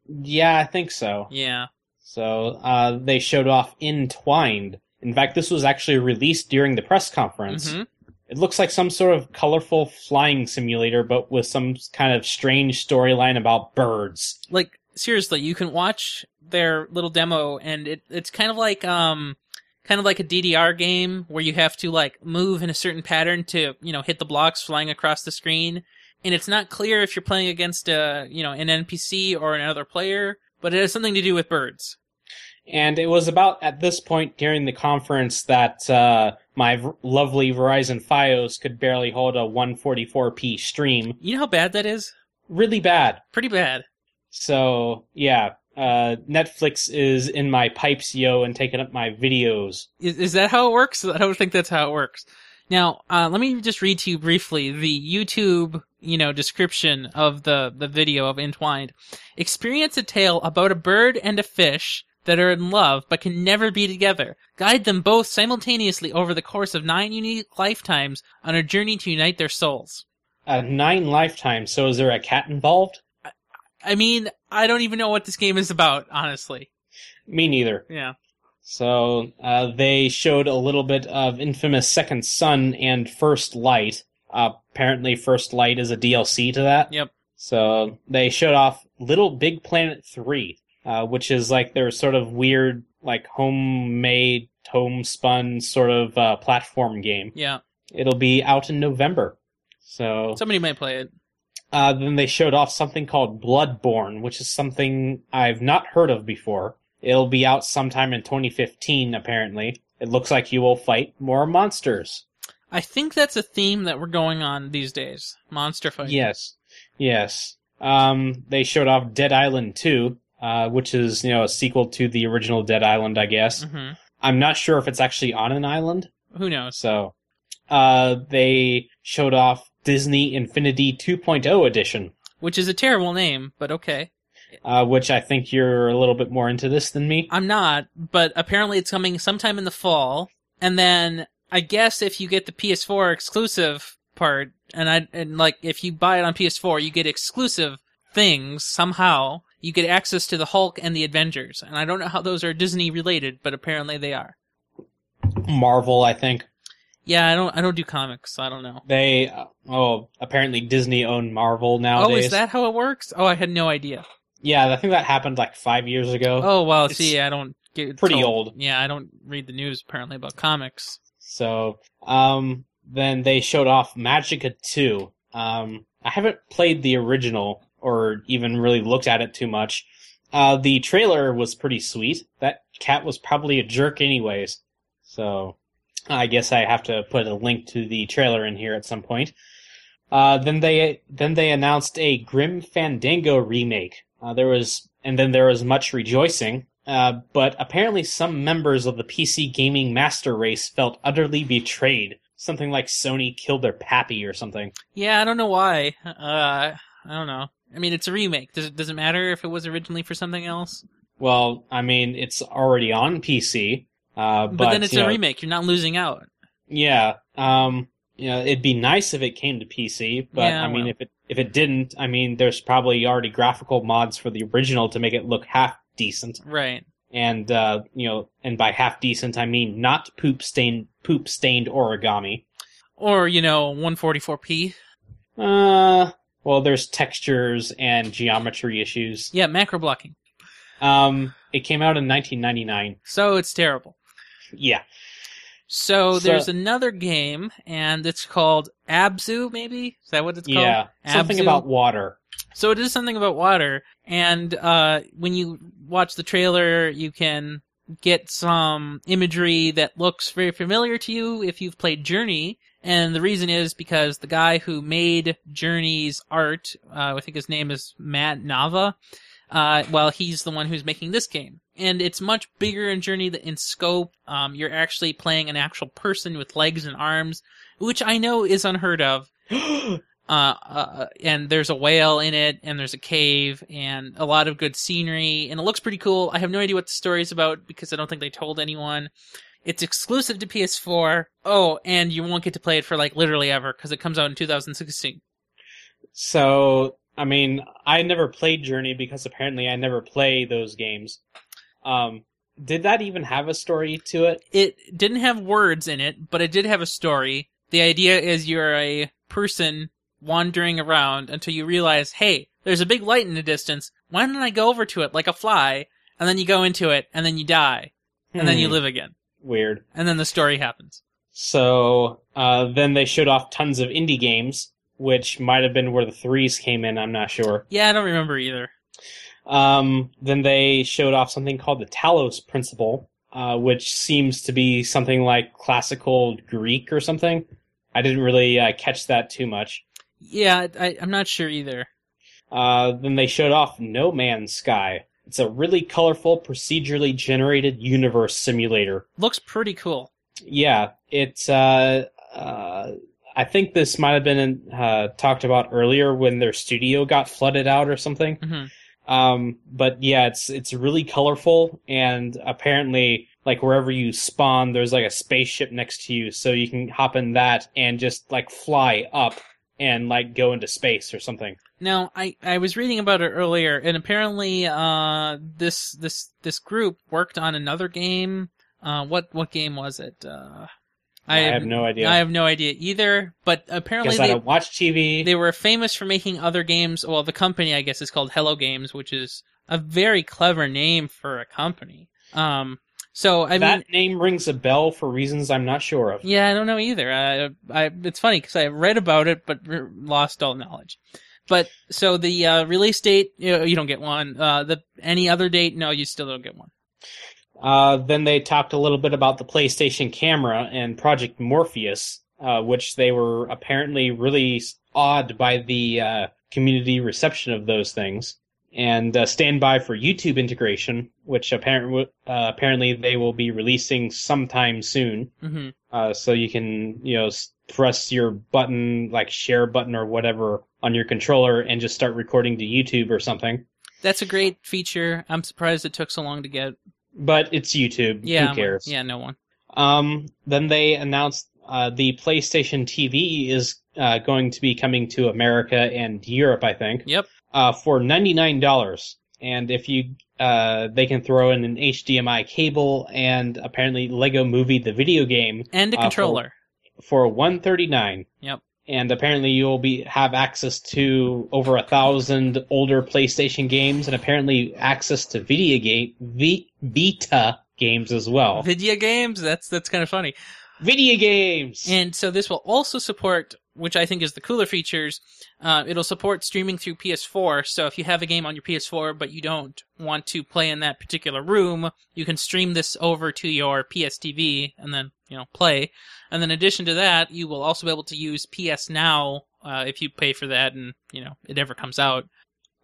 A: Yeah, I think so.
B: Yeah.
A: So uh, they showed off Entwined. In fact, this was actually released during the press conference.
B: hmm
A: It looks like some sort of colorful flying simulator, but with some kind of strange storyline about birds.
B: Like seriously, you can watch their little demo, and it it's kind of like um. Kind of like a DDR game where you have to like move in a certain pattern to, you know, hit the blocks flying across the screen. And it's not clear if you're playing against a, you know, an NPC or another player, but it has something to do with birds.
A: And it was about at this point during the conference that uh, my v- lovely Verizon Fios could barely hold a 144p stream.
B: You know how bad that is?
A: Really bad.
B: Pretty bad.
A: So, yeah, uh, Netflix is in my pipes, yo, and taking up my videos.
B: Is, is that how it works? I don't think that's how it works. Now, uh, let me just read to you briefly the YouTube, you know, description of the, the video of Entwined. Experience a tale about a bird and a fish that are in love but can never be together. Guide them both simultaneously over the course of nine unique lifetimes on a journey to unite their souls.
A: Uh, nine lifetimes. So is there a cat involved?
B: I mean, I don't even know what this game is about, honestly.
A: Me neither.
B: Yeah.
A: So uh, they showed a little bit of Infamous Second Son and First Light. Uh, apparently, First Light is a DLC to that.
B: Yep.
A: So they showed off Little Big Planet Three, uh, which is like their sort of weird, like homemade, homespun sort of uh, platform game.
B: Yeah.
A: It'll be out in November. So
B: Somebody might play it.
A: uh, then they showed off something called Bloodborne, which is something I've not heard of before. It'll be out sometime in 2015, apparently. It looks like you will fight more monsters.
B: I think that's a theme that we're going on these days. Monster fight.
A: Yes, yes. Um, they showed off Dead Island 2, uh, which is you know a sequel to the original Dead Island, I guess.
B: hmm
A: I'm not sure if it's actually on an island,
B: Who knows?
A: so uh, they showed off Disney Infinity 2.0 edition,
B: Which is a terrible name, but okay.
A: uh, which I think you're a little bit more into this than me.
B: I'm not, but apparently it's coming sometime in the fall. And then I guess if you get the PS4 exclusive part, and I and like if you buy it on PS4, you get exclusive things somehow. You get access to the Hulk and the Avengers, and I don't know how those are Disney related, but apparently they are.
A: Marvel, I think
B: Yeah, I don't I don't do comics, so I don't know.
A: they. uh, Oh, apparently Disney owned Marvel
B: Oh,
A: nowadays.
B: is that how it works? Oh, I had no idea.
A: Yeah, I think that happened like five years ago.
B: Oh well,
A: It's
B: see, I don't get
A: pretty
B: told-
A: old.
B: Yeah, I don't read the news apparently about comics.
A: So, um, then they showed off Magica 2. Um, I haven't played the original or even really looked at it too much. Uh, the trailer was pretty sweet. That cat was probably a jerk anyways. So, I guess I have to put a link to the trailer in here at some point. Uh, then they, then they announced a Grim Fandango remake. Uh, there was, and then there was much rejoicing. Uh, but apparently some members of the PC gaming master race felt utterly betrayed. Something like Sony killed their pappy or something.
B: Yeah, I don't know why. Uh, I don't know. I mean, it's a remake. Does it does it matter if it was originally for something else?
A: Well, I mean, it's already on PC, uh,
B: But,
A: but,
B: then it's
A: you
B: a
A: know,
B: remake. You're not losing out.
A: Yeah, um, you know, it'd be nice if it came to PC, but
B: Yeah,
A: I mean,
B: well.
A: if it if it didn't, I mean, there's probably already graphical mods for the original to make it look half decent,
B: Right.
A: and uh, you know, and by half decent, I mean not poop stained poop stained origami.
B: Or, you know, 144p.
A: Uh, well, there's textures and geometry issues.
B: Yeah, macro blocking.
A: Um, it came out in 1999.
B: So it's terrible.
A: Yeah, So-
B: So, there's another game, and it's called Abzu, maybe? Is that what it's called?
A: yeah, something
B: Abzu?
A: about water.
B: So it is something about water, and uh, when you watch the trailer, you can get some imagery that looks very familiar to you if you've played Journey. And the reason is because the guy who made Journey's art, uh, I think his name is Matt Nava. Uh, well, he's the one who's making this game, and it's much bigger in Journey th- in scope. Um, you're actually playing an actual person with legs and arms, which I know is unheard of uh, uh, and there's a whale in it, and there's a cave, and a lot of good scenery, and it looks pretty cool. I have no idea what the story's about because I don't think they told anyone. It's exclusive to PS4. Oh, and you won't get to play it for like literally ever because it comes out in 2016.
A: so, I mean, I never played Journey because apparently I never play those games. Um, did that even have a story to it?
B: It didn't have words in it, but it did have a story. The idea is you're a person wandering around until you realize, hey, there's a big light in the distance. Why don't I go over to it like a fly? And then you go into it, and then you die, and then you
A: Hmm,
B: live again.
A: Weird.
B: and then the story happens.
A: So, uh, then they showed off tons of indie games, which might have been where the threes came in. I'm not sure.
B: Yeah, I don't remember either.
A: Um, then they showed off something called the Talos Principle, uh, which seems to be something like classical Greek or something. I didn't really uh, catch that too much.
B: Yeah, I, I'm not sure either.
A: Uh, then they showed off No Man's Sky. It's a really colorful, procedurally generated universe simulator.
B: Looks pretty cool.
A: Yeah, it's. Uh, uh, I think this might have been uh, talked about earlier when their studio got flooded out or something.
B: hmm
A: Um, but yeah, it's it's really colorful, and apparently, like wherever you spawn, there's like a spaceship next to you, so you can hop in that and just like fly up and like go into space or something.
B: Now, I, I was reading about it earlier, and apparently, uh, this this this group worked on another game. Uh, what what game was it? Uh,
A: I, have no idea.
B: I have no idea either. But apparently,
A: guess I
B: they,
A: don't watch TV.
B: they were famous for making other games. Well, the company, I guess, is called Hello Games, which is a very clever name for a company. Um, So I mean,
A: that name rings a bell for reasons I'm not sure of.
B: yeah, I don't know either. I, I it's funny because I read about it but r lost all knowledge. But so the uh, release date, you, know, you don't get one. Uh, the any other date, no, you still don't get one.
A: Uh, then they talked a little bit about the PlayStation camera and Project Morpheus, uh, which they were apparently really awed by the uh, community reception of those things. And uh, stand by for YouTube integration, which apparently uh, apparently they will be releasing sometime soon.
B: hmm
A: Uh, so you can you know s- press your button like share button or whatever on your controller and just start recording to YouTube or something.
B: That's a great feature. I'm surprised it took so long to get.
A: But it's YouTube.
B: Yeah,
A: Who
B: I'm-
A: cares?
B: yeah, no one.
A: Um, then they announced uh, the PlayStation TV is uh, going to be coming to America and Europe, I think,
B: Yep.
A: uh, for ninety nine dollars. And if you, uh, they can throw in an HDMI cable and apparently Lego Movie the video game
B: And a
A: Uh, for-
B: controller.
A: for one thirty nine.
B: Yep.
A: And apparently you'll be have access to over a thousand older PlayStation games, and apparently access to video game v- Vita games as well.
B: Video games. That's that's kind of funny.
A: video games.
B: And so this will also support, which I think is the cooler features, uh, it'll support streaming through PS4. So if you have a game on your PS4 but you don't want to play in that particular room, you can stream this over to your PS TV and then, you know, play. And then in addition to that, you will also be able to use PS Now uh, if you pay for that and, you know, it ever comes out.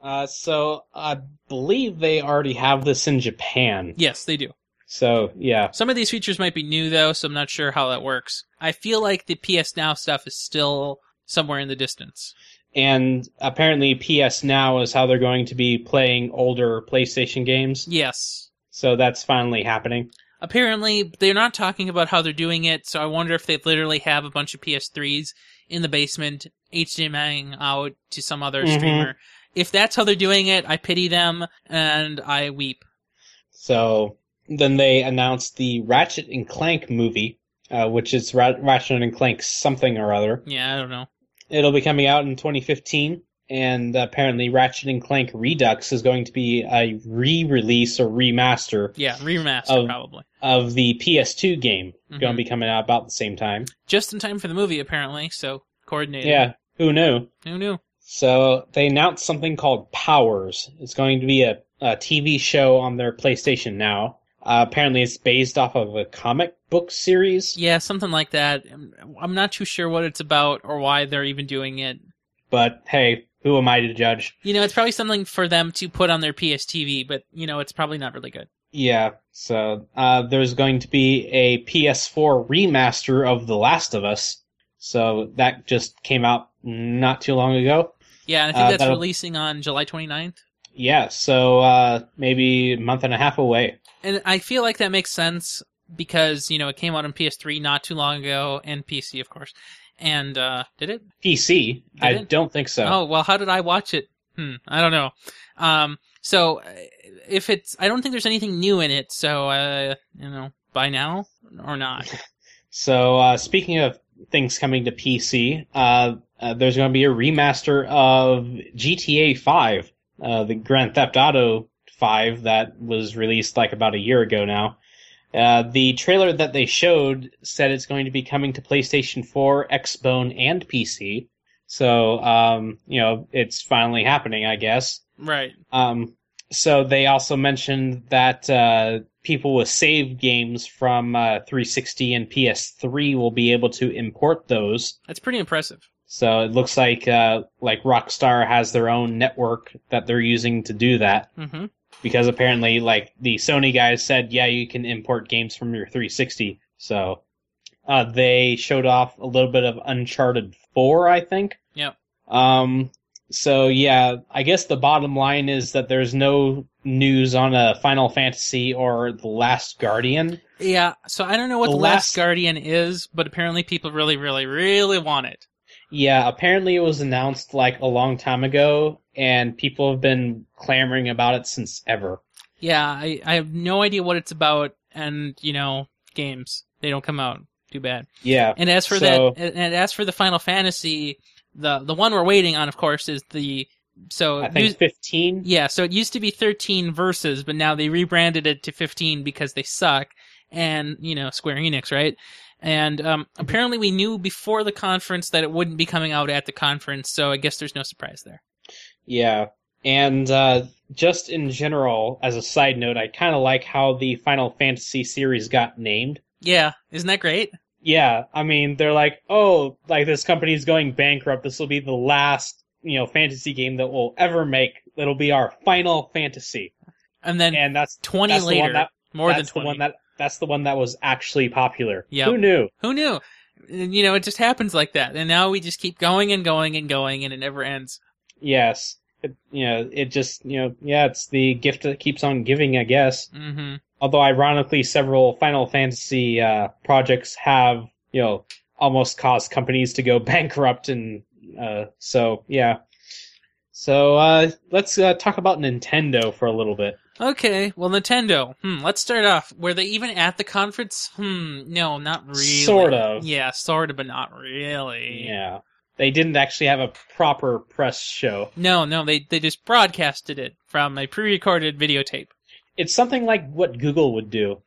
A: Uh, so I believe they already have this in Japan.
B: Yes, they do.
A: So yeah,
B: Some of these features might be new though, so I'm not sure how that works. I feel like the PS Now stuff is still somewhere in the distance.
A: and apparently PS Now is how they're going to be playing older PlayStation games.
B: Yes,
A: So that's finally happening.
B: apparently they're not talking about how they're doing it so i wonder if they literally have a bunch of ps3s in the basement hdmiing out to some other
A: Mhm.
B: streamer if that's how they're doing it i pity them and i weep
A: So then they announced the Ratchet and Clank movie, uh, which is Ra- Ratchet and Clank something or other.
B: yeah i don't know
A: It'll be coming out in 2015, and apparently Ratchet and Clank Redux is going to be a re-release or remaster
B: yeah remaster
A: Oh.
B: probably
A: of the PS2 game. Going to
B: Mhm.
A: be coming out about the same time.
B: just in time for the movie apparently so coordinated
A: Yeah, who knew?
B: who knew
A: So they announced something called Powers. It's going to be a, a TV show on their PlayStation now. Uh, apparently, it's based off of a comic book series,
B: yeah something like that Um, i'm not too sure what it's about or why they're even doing it
A: but hey, who am I to judge?
B: you know it's probably something for them to put on their ps tv but you know it's probably not really good
A: Yeah, so uh, there's going to be a PS4 remaster of The Last of Us. So that just came out not too long ago.
B: yeah and i think
A: Uh,
B: that's
A: that'll-
B: releasing on july 29th
A: Yeah, so uh, maybe a month and a half away.
B: And I feel like that makes sense because, you know, it came out on PS3 not too long ago and PC, of course. And, uh, did it?
A: PC? I
B: Did it?
A: don't think so.
B: Oh, well, how did I watch it? Hmm, I don't know. Um, so uh, if it's, I don't think there's anything new in it, so, uh, you know, by now or not.
A: So uh, speaking of things coming to PC, uh, uh, there's going to be a remaster of GTA 5, uh, the Grand Theft Auto 5 that was released like about a year ago now. Uh, the trailer that they showed said it's going to be coming to PlayStation 4, Xbone, and PC. So um, you know it's finally happening, I guess.
B: Right.
A: Um, so they also mentioned that uh, people with save games from uh, 360 and PS3 will be able to import those.
B: That's pretty impressive.
A: So it looks like uh, like Rockstar has their own network that they're using to do that
B: hmm
A: because apparently like the Sony guys said, yeah, you can import games from your 360. So uh, they showed off a little bit of Uncharted 4, I think.
B: Yep.
A: Um. So yeah, I guess the bottom line is that there's no news on a Final Fantasy or The Last Guardian.
B: Yeah, so I don't know what The,
A: The
B: Last
A: last-
B: Guardian is, but apparently people really, really, really want it.
A: Yeah, apparently it was announced like a long time ago, and people have been clamoring about it since ever.
B: Yeah, I, I have no idea what it's about, and you know, games they don't come out. Too bad.
A: Yeah.
B: And as for
A: So-
B: that, and as for the Final Fantasy, the the one we're waiting on, of course, is the so
A: I
B: it
A: think
B: used-
A: 15.
B: yeah. So it used to be thirteen verses, but now they rebranded it to fifteen because they suck. and you know Square Enix, right? And um,
A: Mm-hmm.
B: apparently, we knew before the conference that it wouldn't be coming out at the conference, so I guess there's no surprise there.
A: Yeah. And uh, just in general, as a side note, I kind of like how the Final Fantasy series got named.
B: Yeah, isn't that great?
A: Yeah, I mean, they're like, oh, like this company's going bankrupt. This will be the last, you know, fantasy game that we'll ever make. It'll be our Final Fantasy,
B: And then
A: and that's
B: 20
A: that's the
B: later,
A: one that-
B: more than
A: that's
B: 20.
A: the one that that's the one that was actually popular.
B: Yep.
A: who knew?
B: Who knew? You know, it just happens like that. And now we just keep going and going and going, and it never ends.
A: Yes, it, you know, it just you know, yeah, it's the gift that keeps on giving, I guess.
B: hmm
A: although ironically several final fantasy uh, projects have you know almost caused companies to go bankrupt and uh, so yeah so uh, let's uh, talk about nintendo for a little bit
B: Okay, well, Nintendo. Hmm, let's start off. Were they even at the conference? Hmm, no, not really.
A: Sort of.
B: Yeah, sort of, but not really.
A: yeah they didn't actually have a proper press show
B: No, no, they, they just broadcasted it from a pre recorded videotape.
A: it's something like what google would do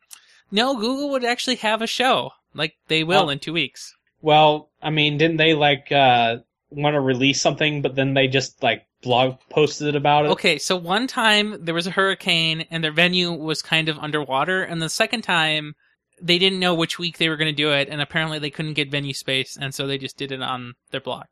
B: No, Google would actually have a show, like they will
A: Oh.
B: in two weeks.
A: well i mean didn't they like uh, want to release something but then they just like blog posted about it
B: Okay, so one time there was a hurricane and their venue was kind of underwater, and the second time they didn't know which week they were going to do it, and apparently they couldn't get venue space, and so they just did it on their blog.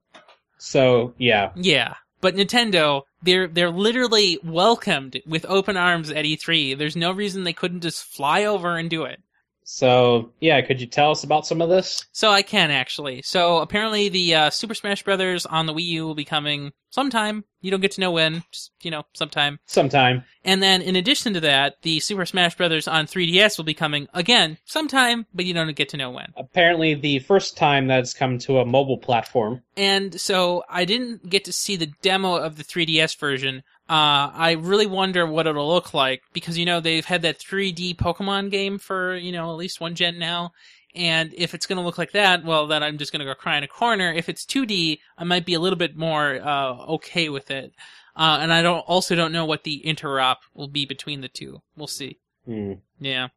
A: so yeah
B: Yeah, but Nintendo, they're they're literally welcomed with open arms at E3. There's no reason they couldn't just fly over and do it.
A: So yeah, could you tell us about some of this?
B: So I can actually. So apparently the uh, Super Smash Brothers on the Wii U will be coming sometime. You don't get to know when, just you know, sometime.
A: Sometime.
B: And then in addition to that, the Super Smash Brothers on 3DS will be coming again sometime, but you don't get to know when.
A: Apparently, the first time that's come to a mobile platform.
B: And so I didn't get to see the demo of the 3DS version. Uh, I really wonder what it'll look like because you know they've had that 3D Pokemon game for you know at least one gen now, and if it's going to look like that, well then I'm just going to go cry in a corner. If it's 2D, I might be a little bit more uh, okay with it. Uh, and I don't also don't know what the interop will be between the two. We'll see.
A: Hmm.
B: Yeah.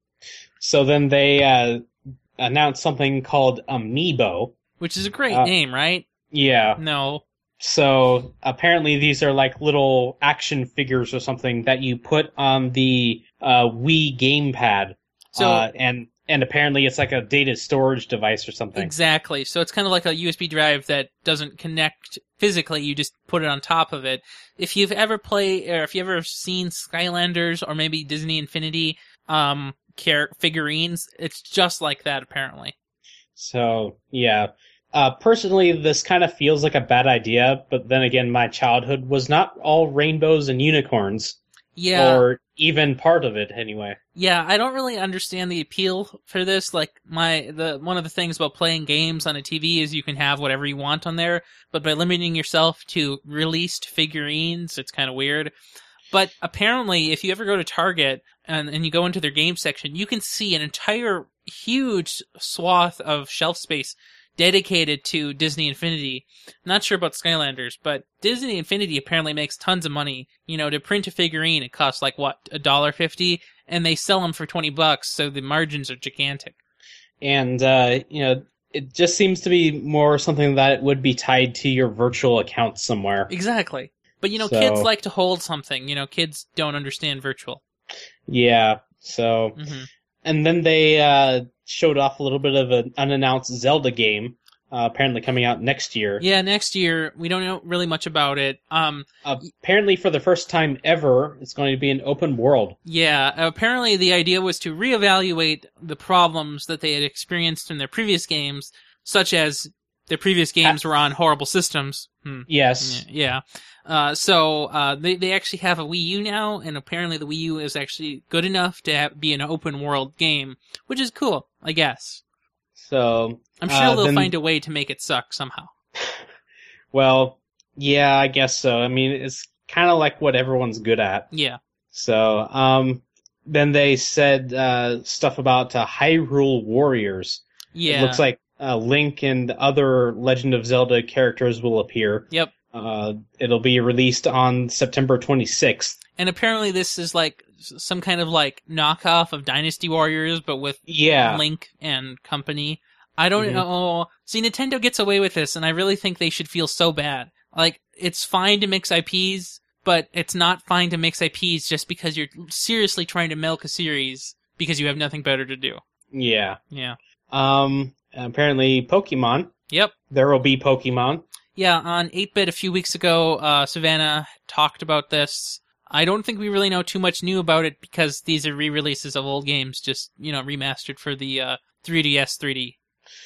A: So then they uh, announced something called Amiibo.
B: Which is a great
A: Uh,
B: name, right?
A: Yeah.
B: No.
A: So apparently, these are like little action figures or something that you put on the uh, Wii gamepad.
B: So
A: uh, and and apparently, it's like a data storage device or something.
B: exactly. So it's kind of like a USB drive that doesn't connect physically. You just put it on top of it. If you've ever played, or if you've ever seen Skylanders or maybe Disney Infinity um care figurines, it's just like that apparently.
A: So yeah. Uh, personally, this kind of feels like a bad idea, but then again, my childhood was not all rainbows and unicorns,
B: Yeah.
A: or even part of it anyway.
B: Yeah, I don't really understand the appeal for this. Like my the one of the things about playing games on a TV is you can have whatever you want on there, but by limiting yourself to released figurines, it's kind of weird. But apparently, if you ever go to Target and, and you go into their game section, you can see an entire huge swath of shelf space dedicated to Disney Infinity. Not sure about Skylanders, but Disney Infinity apparently makes tons of money. You know, to print a figurine, it costs like what a dollar fifty and they sell them for 20 bucks so the margins are gigantic
A: And uh, you know, it just seems to be more something that would be tied to your virtual account somewhere.
B: exactly but you know
A: So-
B: kids like to hold something you know kids don't understand virtual
A: Yeah. So,
B: hmm
A: and then they uh, showed off a little bit of an unannounced Zelda game, uh, apparently coming out next year.
B: yeah next year we don't know really much about it um
A: Apparently, for the first time ever, it's going to be an open world.
B: yeah apparently the idea was to reevaluate the problems that they had experienced in their previous games such as their previous games were on horrible systems hmm.
A: Yes.
B: Yeah. Uh, so uh, they they actually have a Wii U now, and apparently the Wii U is actually good enough to have, be an open world game, which is cool, I guess.
A: So
B: I'm sure
A: Uh,
B: they'll
A: then-
B: find a way to make it suck somehow.
A: Well, yeah, I guess so. I mean, it's kind of like what everyone's good at.
B: Yeah.
A: So, um, then they said uh, stuff about uh, Hyrule Warriors.
B: Yeah.
A: It looks like uh, Link and other Legend of Zelda characters will appear.
B: Yep.
A: Uh, it'll be released on September 26th.
B: And apparently, this is like s- some kind of like knockoff of Dynasty Warriors, but with
A: Yeah.
B: Link and company. I don't
A: Mhm.
B: know. See, Nintendo gets away with this, and I really think they should feel so bad. Like, it's fine to mix IPs, but it's not fine to mix IPs just because you're seriously trying to milk a series because you have nothing better to do.
A: Yeah.
B: Yeah.
A: Um, apparently, Pokemon.
B: Yep.
A: There will be Pokemon.
B: Yeah, on 8-Bit a few weeks ago, uh, Savannah talked about this. I don't think we really know too much new about it because these are re-releases of old games, just, you know, remastered for the uh, 3DS 3D.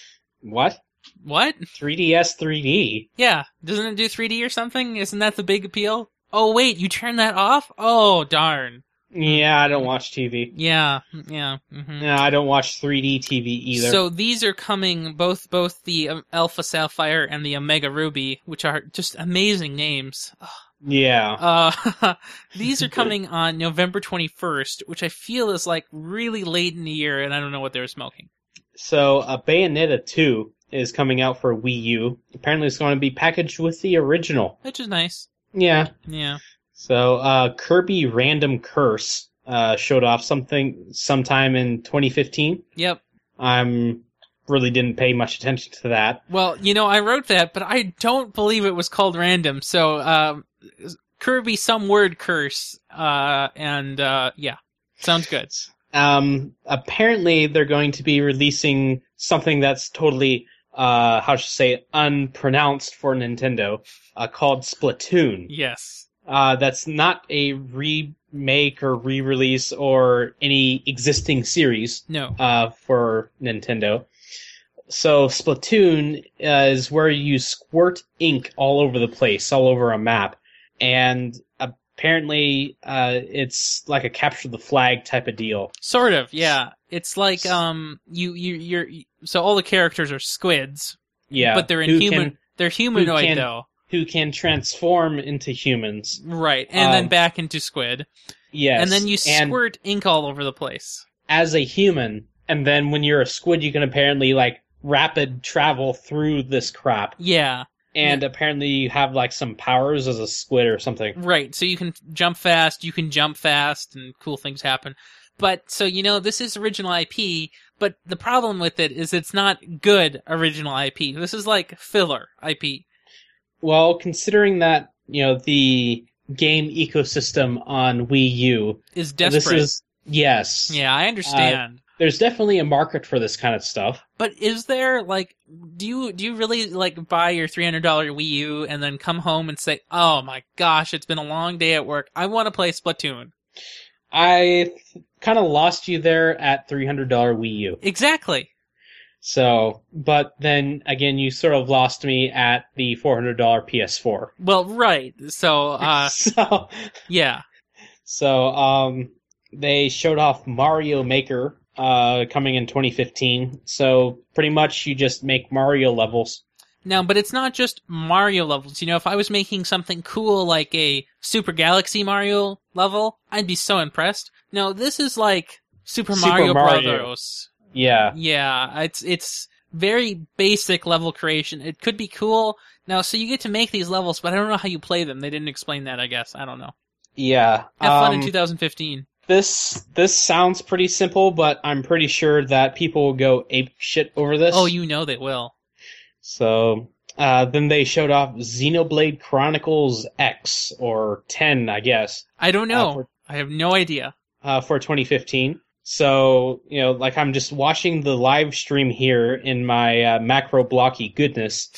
A: What?
B: What?
A: 3DS 3D.
B: Yeah, doesn't it do 3D or something? Isn't that the big appeal? Oh, wait, you turned that off? Oh, darn.
A: Yeah, I don't watch TV.
B: Yeah, yeah. hmm
A: No, I don't watch 3D TV either.
B: So these are coming both both the um, Alpha Sapphire and the Omega Ruby, which are just amazing names.
A: yeah.
B: Uh, these are coming on November 21st, which I feel is like really late in the year, and I don't know what they were smoking.
A: So, uh, Bayonetta 2 is coming out for Wii U. Apparently, it's going to be packaged with the original.
B: Which is nice.
A: Yeah.
B: Yeah.
A: So, uh, Kirby Random Curse uh, showed off something sometime in 2015.
B: Yep.
A: I'm really didn't pay much attention to that.
B: Well, you know, I wrote that, but I don't believe it was called random. So, um, Kirby, some word curse. Uh, and, uh, yeah. Sounds good.
A: Um, apparently, they're going to be releasing something that's totally, uh, how should I say, it, unpronounced for Nintendo, uh, called Splatoon.
B: Yes.
A: Uh, that's not a remake or re-release or any existing series
B: No.
A: uh, for Nintendo. So Splatoon uh, is where you squirt ink all over the place, all over a map, and apparently uh, it's like a capture the flag type of deal.
B: Sort of, yeah. It's like, um, you, you, you're, so all the characters are squids,
A: Yeah,
B: but they're in
A: who
B: human,
A: Can,
B: they're humanoid
A: can-
B: though.
A: who can transform into humans?
B: Right. And then
A: Um,
B: back into squid.
A: Yes,
B: and then you
A: and
B: squirt ink all over the place.
A: as a human, and then when you're a squid, you can apparently like rapid travel through this crap,
B: Yeah,
A: and apparently you have like some powers as a squid or something.
B: right. So you can jump fast, you can jump fast, and cool things happen. But so you know, this is original IP. But the problem with it is it's not good original IP. This is like filler IP.
A: Well, considering that you know the game ecosystem on Wii U,
B: Is desperate.
A: this is uh, yes,
B: yeah, I understand.
A: there's definitely a market for this kind of stuff.
B: but is there like, do you do you really like buy your three hundred dollar Wii U and then come home and say, "Oh my gosh, it's been a long day at work. I want to play Splatoon."
A: I th- kind of lost you there at three hundred dollar Wii U.
B: Exactly.
A: So, but then again, you sort of lost me at the four hundred dollar PS4.
B: Well, right. So, uh,
A: so,
B: yeah.
A: so um, they showed off Mario Maker uh coming in 2015. So pretty much you just make Mario levels.
B: Now, but it's not just Mario levels. You know, if I was making something cool like a Super Galaxy Mario level, I'd be so impressed. No, this is like Super,
A: Super
B: Mario,
A: Mario.
B: Brothers.
A: Yeah.
B: Yeah, it's it's very basic level creation. It could be cool. Now, so you get to make these levels, but I don't know how you play them. They didn't explain that, I guess. I don't know.
A: Yeah.
B: Have fun in
A: um,
B: 2015.
A: this this sounds pretty simple, but I'm pretty sure that people will go ape shit over this.
B: Oh, you know they will.
A: So uh, then they showed off Xenoblade Chronicles X or 10, I guess,
B: I don't know.
A: Uh, for-
B: I have no idea.
A: uh, for 2015. So you know, like I'm just watching the live stream here in my uh, macro blocky goodness.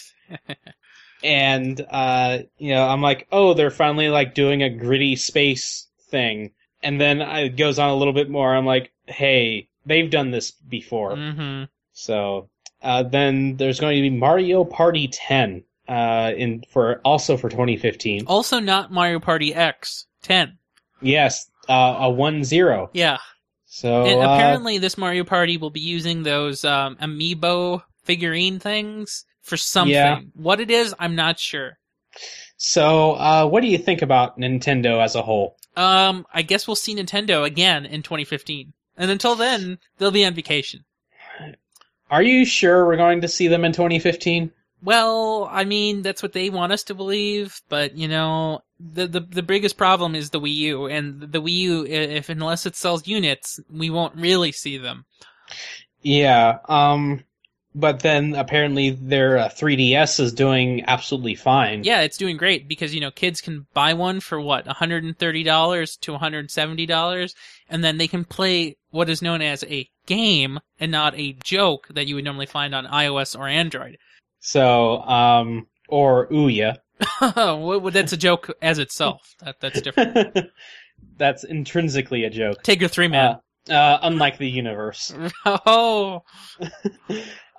A: And uh, you know, I'm like, oh, they're finally like doing a gritty space thing. And then I- it goes on a little bit more. I'm like, hey, they've done this before.
B: hmm
A: So uh, then there's going to be Mario Party 10 uh, in for also for 2015.
B: Also, not Mario Party X 10.
A: Yes, uh, a one zero.
B: Yeah.
A: So
B: And
A: uh,
B: apparently, this Mario Party will be using those um, amiibo figurine things for something.
A: Yeah.
B: What it is, I'm not sure.
A: so uh, what do you think about Nintendo as a whole?
B: Um, I guess we'll see Nintendo again in 2015, and until then, they'll be on vacation.
A: Are you sure we're going to see them in 2015?
B: Well, I mean, that's what they want us to believe, but you know, the, the the biggest problem is the Wii U, and the Wii U, i- if unless it sells units, we won't really see them.
A: Yeah. Um, but then apparently their uh, 3DS is doing absolutely fine.
B: Yeah, it's doing great because you know kids can buy one for what one hundred and thirty dollars to one hundred and seventy dollars, and then they can play what is known as a game and not a joke that you would normally find on iOS or Android.
A: So, um, or Ouya.
B: What- what- that's a joke as itself. That, that's different.
A: That's intrinsically a joke.
B: Take your three man.
A: Uh, uh, unlike the universe.
B: oh,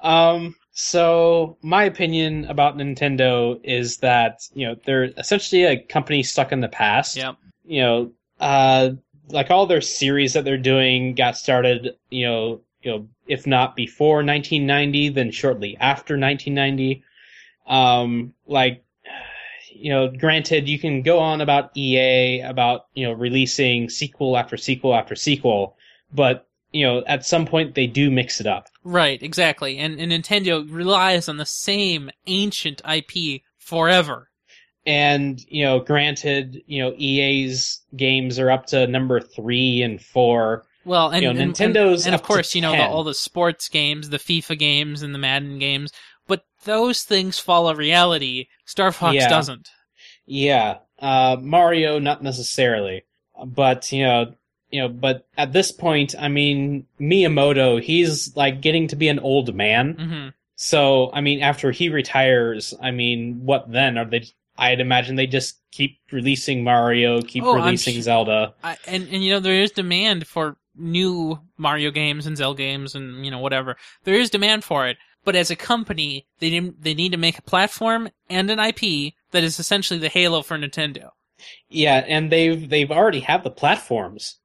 A: Um, so my opinion about Nintendo is that you know they're essentially a company stuck in the past.
B: Yep.
A: You know, uh, like all their series that they're doing got started. You know, you know, if not before 1990, then shortly after 1990. Um, like, you know, granted, you can go on about EA about you know releasing sequel after sequel after sequel, but you know, at some point they do mix it up.
B: Right, exactly. And, and Nintendo relies on the same ancient IP forever.
A: and you know granted you know ea's games are up to number three and four
B: Well, and
A: You know,
B: and-
A: Nintendo's
B: and, and
A: up
B: of
A: to
B: course, you know, the,
A: 10.
B: all the sports games, the FIFA games and the Madden games, but those things follow reality. Star Fox
A: Yeah.
B: doesn't.
A: yeah uh mario not necessarily but you know you know but at this point i mean miyamoto he's like getting to be an old man
B: hmm
A: so i mean after he retires i mean what then are they i'd imagine they just keep releasing mario keep
B: Oh, I'm
A: releasing
B: su-
A: zelda
B: I, and and you know, there is demand for new Mario games and Zelda games and you know whatever. There is demand for it, but as a company, they didn't, they need to make a platform and an IP that is essentially the Halo for Nintendo.
A: yeah and they've they've already had the platforms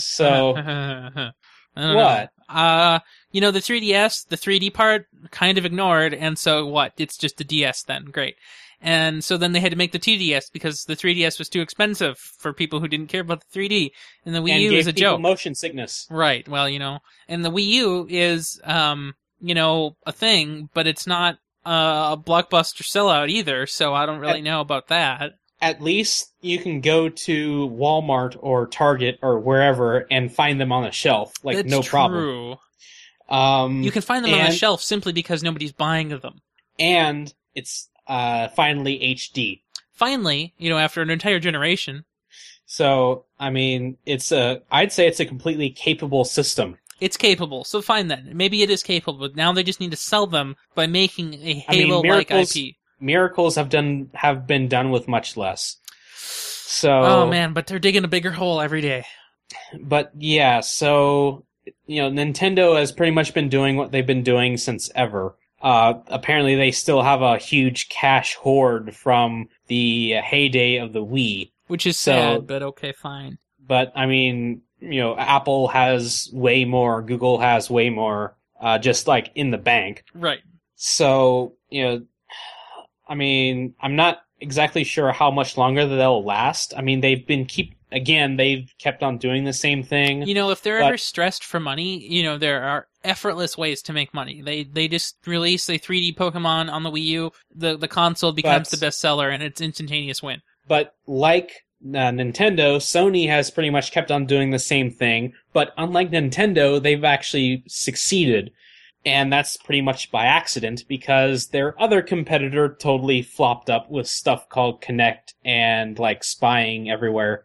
A: So-
B: I don't
A: what
B: know. Uh, you know the 3ds, the 3D part kind of ignored, and so what? It's just the DS then. Great. And so then they had to make the 2DS because the 3DS was too expensive for people who didn't care about the 3D, and the Wii
A: and
B: U
A: gave
B: is a
A: people
B: joke.
A: motion sickness
B: Right. Well, you know, and the Wii U is, um, you know, a thing, but it's not uh, a blockbuster sellout either. So I don't really know about that.
A: at least you can go to Walmart or Target or wherever and find them on a shelf, like
B: That's
A: no problem.
B: true.
A: Um,
B: You can find them on
A: And-
B: the shelf simply because nobody's buying them.
A: and it's uh, finally HD.
B: finally, you know, after an entire generation,
A: So I mean, it's a I'd say it's a completely capable system.
B: it's capable. So fine then. Maybe it is capable, but now they just need to sell them by making a
A: I mean,
B: Halo like
A: Miracles-
B: IP.
A: Miracles have done have been done with much less. So
B: Oh man, but they're digging a bigger hole every day.
A: but yeah, so you know, Nintendo has pretty much been doing what they've been doing since ever. Uh, apparently, they still have a huge cash hoard from the heyday of the Wii.
B: Which is
A: So-
B: sad, but okay, fine.
A: But I mean, you know, Apple has way more, Google has way more, uh, just like in the bank.
B: Right.
A: So you know, I mean, I'm not exactly sure how much longer they'll last. I mean, they've been keep again, they've kept on doing the same thing.
B: You know, if they're
A: But-
B: ever stressed for money, you know, there are effortless ways to make money. They they just release a 3D Pokemon on the Wii U, the the console becomes
A: But-
B: the bestseller and it's instantaneous win.
A: But like uh, Nintendo, Sony has pretty much kept on doing the same thing. But unlike Nintendo, they've actually succeeded. And that's pretty much by accident because their other competitor totally flopped up with stuff called Connect and like spying everywhere,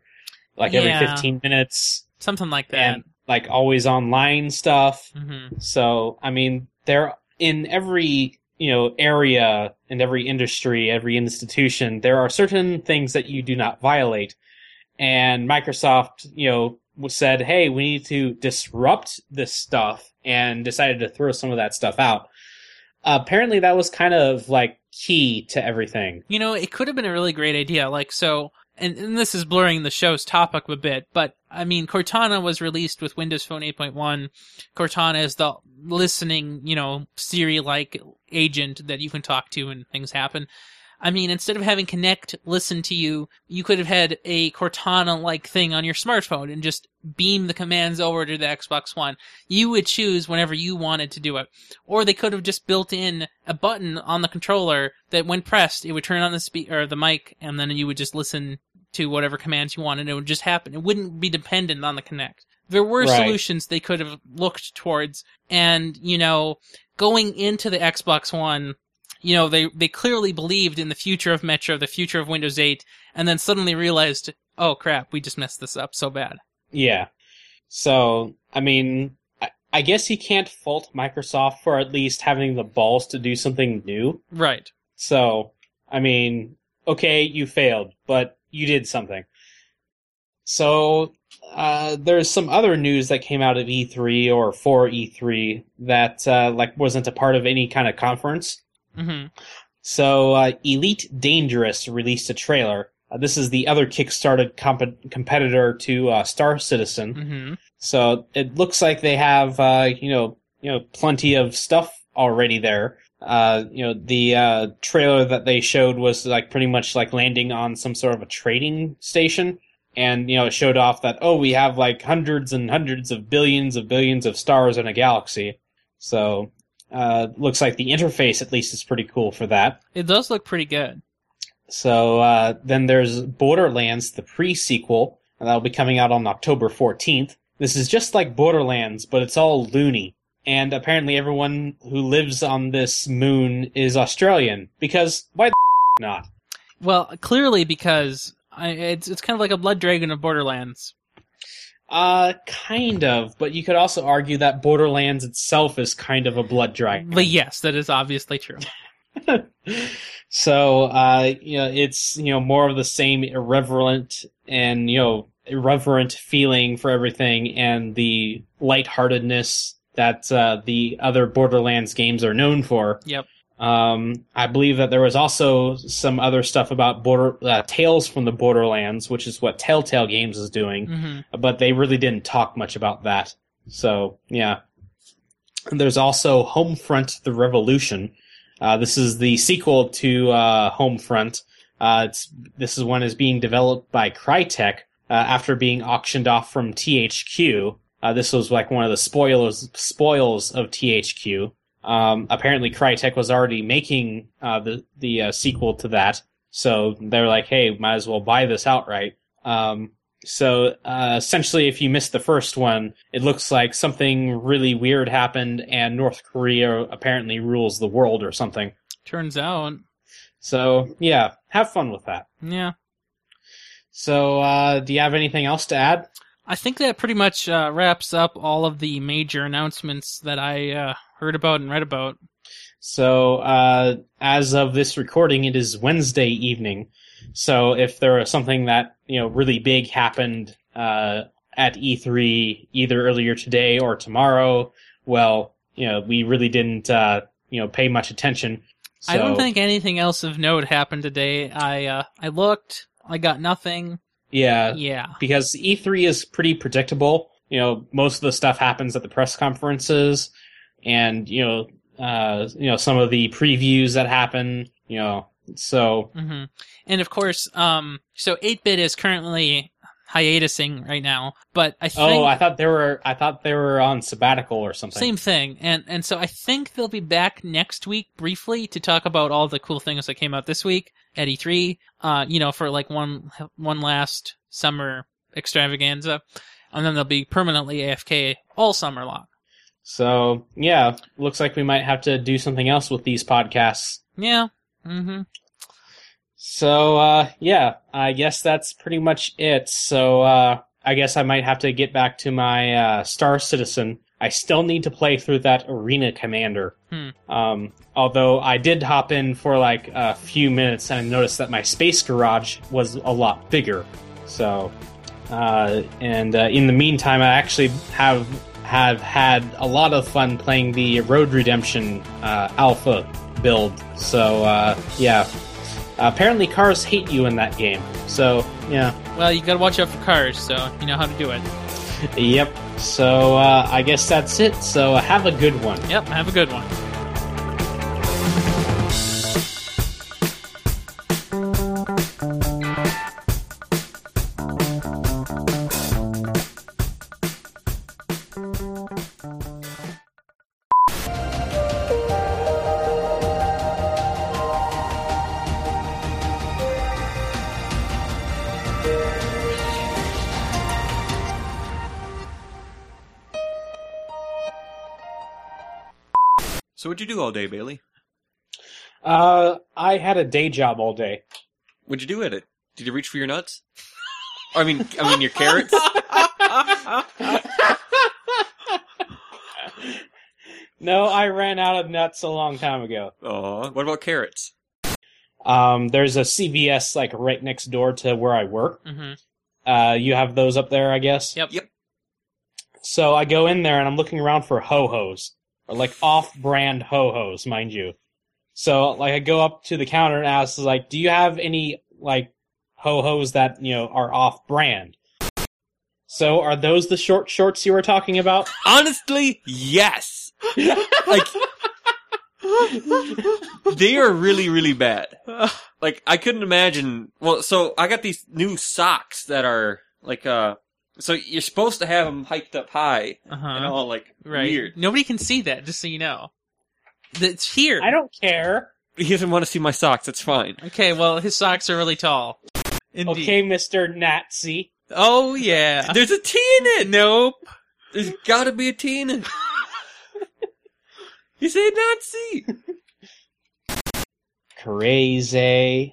A: like
B: Yeah.
A: every 15 minutes
B: Something like that.
A: like always online stuff.
B: hmm
A: So, I mean, they're in every, you know, area and every industry, every institution, there are certain things that you do not violate. And Microsoft, you know, was- said, hey, we need to disrupt this stuff and decided to throw some of that stuff out. apparently, that was kind of like key to everything.
B: You know, it could have been a really great idea. Like, so, and, and this is blurring the show's topic a bit, but I mean, Cortana was released with Windows Phone 8.1. Cortana is the listening, you know, Siri like agent that you can talk to and things happen. I mean, instead of having Connect listen to you, you could have had a Cortana like thing on your smartphone and just beam the commands over to the Xbox One. You would choose whenever you wanted to do it. Or they could have just built in a button on the controller that when pressed, it would turn on the spe- or the mic and then you would just listen to whatever commands you wanted. It would just happen. It wouldn't be dependent on the Connect. There were
A: Right.
B: solutions they could have looked towards and, you know, going into the Xbox One, you know, they, they clearly believed in the future of Metro, the future of Windows 8, and then suddenly realized, oh crap, we just messed this up so bad.
A: Yeah. So, I mean, I, I guess you can't fault Microsoft for at least having the balls to do something new.
B: Right.
A: So, I mean, okay, you failed, but you did something. So, uh, there's some other news that came out of E3 or for E3 that uh, like wasn't a part of any kind of conference.
B: hmm
A: So, uh, Elite Dangerous released a trailer. Uh, this is the other kickstarted comp- competitor to uh, Star Citizen.
B: hmm
A: So it looks like they have uh, you know you know plenty of stuff already there. Uh, you know the uh, trailer that they showed was like pretty much like landing on some sort of a trading station, and you know it showed off that oh we have like hundreds and hundreds of billions of billions of stars in a galaxy. So uh, looks like the interface at least is pretty cool for that.
B: It does look pretty good.
A: So uh, then there's Borderlands, the pre sequel, and that'll be coming out on October 14th. This is just like Borderlands, but it's all loony. And apparently, everyone who lives on this moon is Australian, because why the not?
B: Well, clearly because I, it's it's kind of like a blood dragon of Borderlands.
A: Uh, kind of, but you could also argue that Borderlands itself is kind of a blood dragon.
B: But yes, that is obviously true.
A: so uh you know it's you know more of the same irreverent and you know irreverent feeling for everything and the lightheartedness that uh the other borderlands games are known for
B: Yep.
A: um i believe that there was also some other stuff about border uh, tales from the borderlands which is what telltale games is doing
B: hmm
A: but they really didn't talk much about that. So yeah, and there's also Homefront: The Revolution. Uh, this is the sequel to uh, Homefront. Uh, it's this is one is being developed by Crytek uh, after being auctioned off from THQ. Uh, this was like one of the spoilers spoils of THQ. Um, apparently, Crytek was already making uh, the the uh, sequel to that, so they're like, "Hey, might as well buy this outright." Um, so uh, essentially, if you missed the first one, it looks like something really weird happened, and North Korea apparently rules the world or something.
B: Turns out,
A: So yeah, have fun with that.
B: yeah.
A: So uh, do you have anything else to add?
B: I think that pretty much uh, wraps up all of the major announcements that I uh, heard about and read about.
A: So, uh, as of this recording, it is Wednesday evening. So, if there was something that you know really big happened uh, at E3 either earlier today or tomorrow, well, you know we really didn't uh, you know pay much attention. So,
B: I don't think anything else of note happened today. I uh, I looked, I got nothing.
A: Yeah,
B: yeah.
A: because E3 is pretty predictable. You know, most of the stuff happens at the press conferences, and you know, uh, you know some of the previews that happen. You know, so
B: hmm And of course, um, so 8-bit is currently hiatusing right now, but I think
A: Oh, I thought they were. I thought they were on sabbatical or something.
B: same thing. And and so I think they'll be back next week briefly to talk about all the cool things that came out this week at E3. Uh, you know, for like one one last summer extravaganza, and then they'll be permanently AFK all summer long.
A: So yeah, looks like we might have to do something else with these podcasts.
B: Yeah. hmm
A: So uh, yeah, I guess that's pretty much it. So uh, I guess I might have to get back to my uh, Star Citizen. I still need to play through that Arena Commander.
B: Hmm.
A: Um, although I did hop in for like a few minutes and I noticed that my space garage was a lot bigger. So, uh, and uh, in the meantime, I actually have have had a lot of fun playing the Road Redemption uh, Alpha build. So uh, yeah, apparently cars hate you in that game. So yeah,
B: Well, you gotta watch out for cars, so you know how to do it.
A: yep. So uh, I guess that's it. So uh, have a good one.
B: Yep. Have a good one.
C: So what'd you do all day, Bailey?
A: Uh, I had a day job all day.
C: What'd you do at it? Did you reach for your nuts? I mean, I mean your carrots.
A: no, I ran out of nuts a long time ago.
C: Aw, what about carrots?
A: Um, there's a CVS like right next door to where I work.
B: hmm
A: Uh, you have those up there, I guess.
B: Yep.
C: Yep.
A: So I go in there and I'm looking around for ho hos, or like off brand ho hos, mind you. So like I go up to the counter and ask, like, do you have any like ho hos that you know are off brand? So are those the short shorts you were talking about?
C: Honestly, yes. like they are really, really bad. Like I couldn't imagine. Well, so I got these new socks that are like uh. So you're supposed to have them hiked up high and
B: Uh-huh.
C: all like
B: Right.
C: weird.
B: Nobody can see that, just so you know. It's here.
A: I don't care.
C: He doesn't want to see my socks. That's fine.
B: Okay, well, his socks are really tall. Indeed.
A: Okay, Mister Nazi.
B: Oh yeah.
C: There's a T in it.
B: Nope.
C: There's got to be a T in it. you say Nazi.
A: Crazy.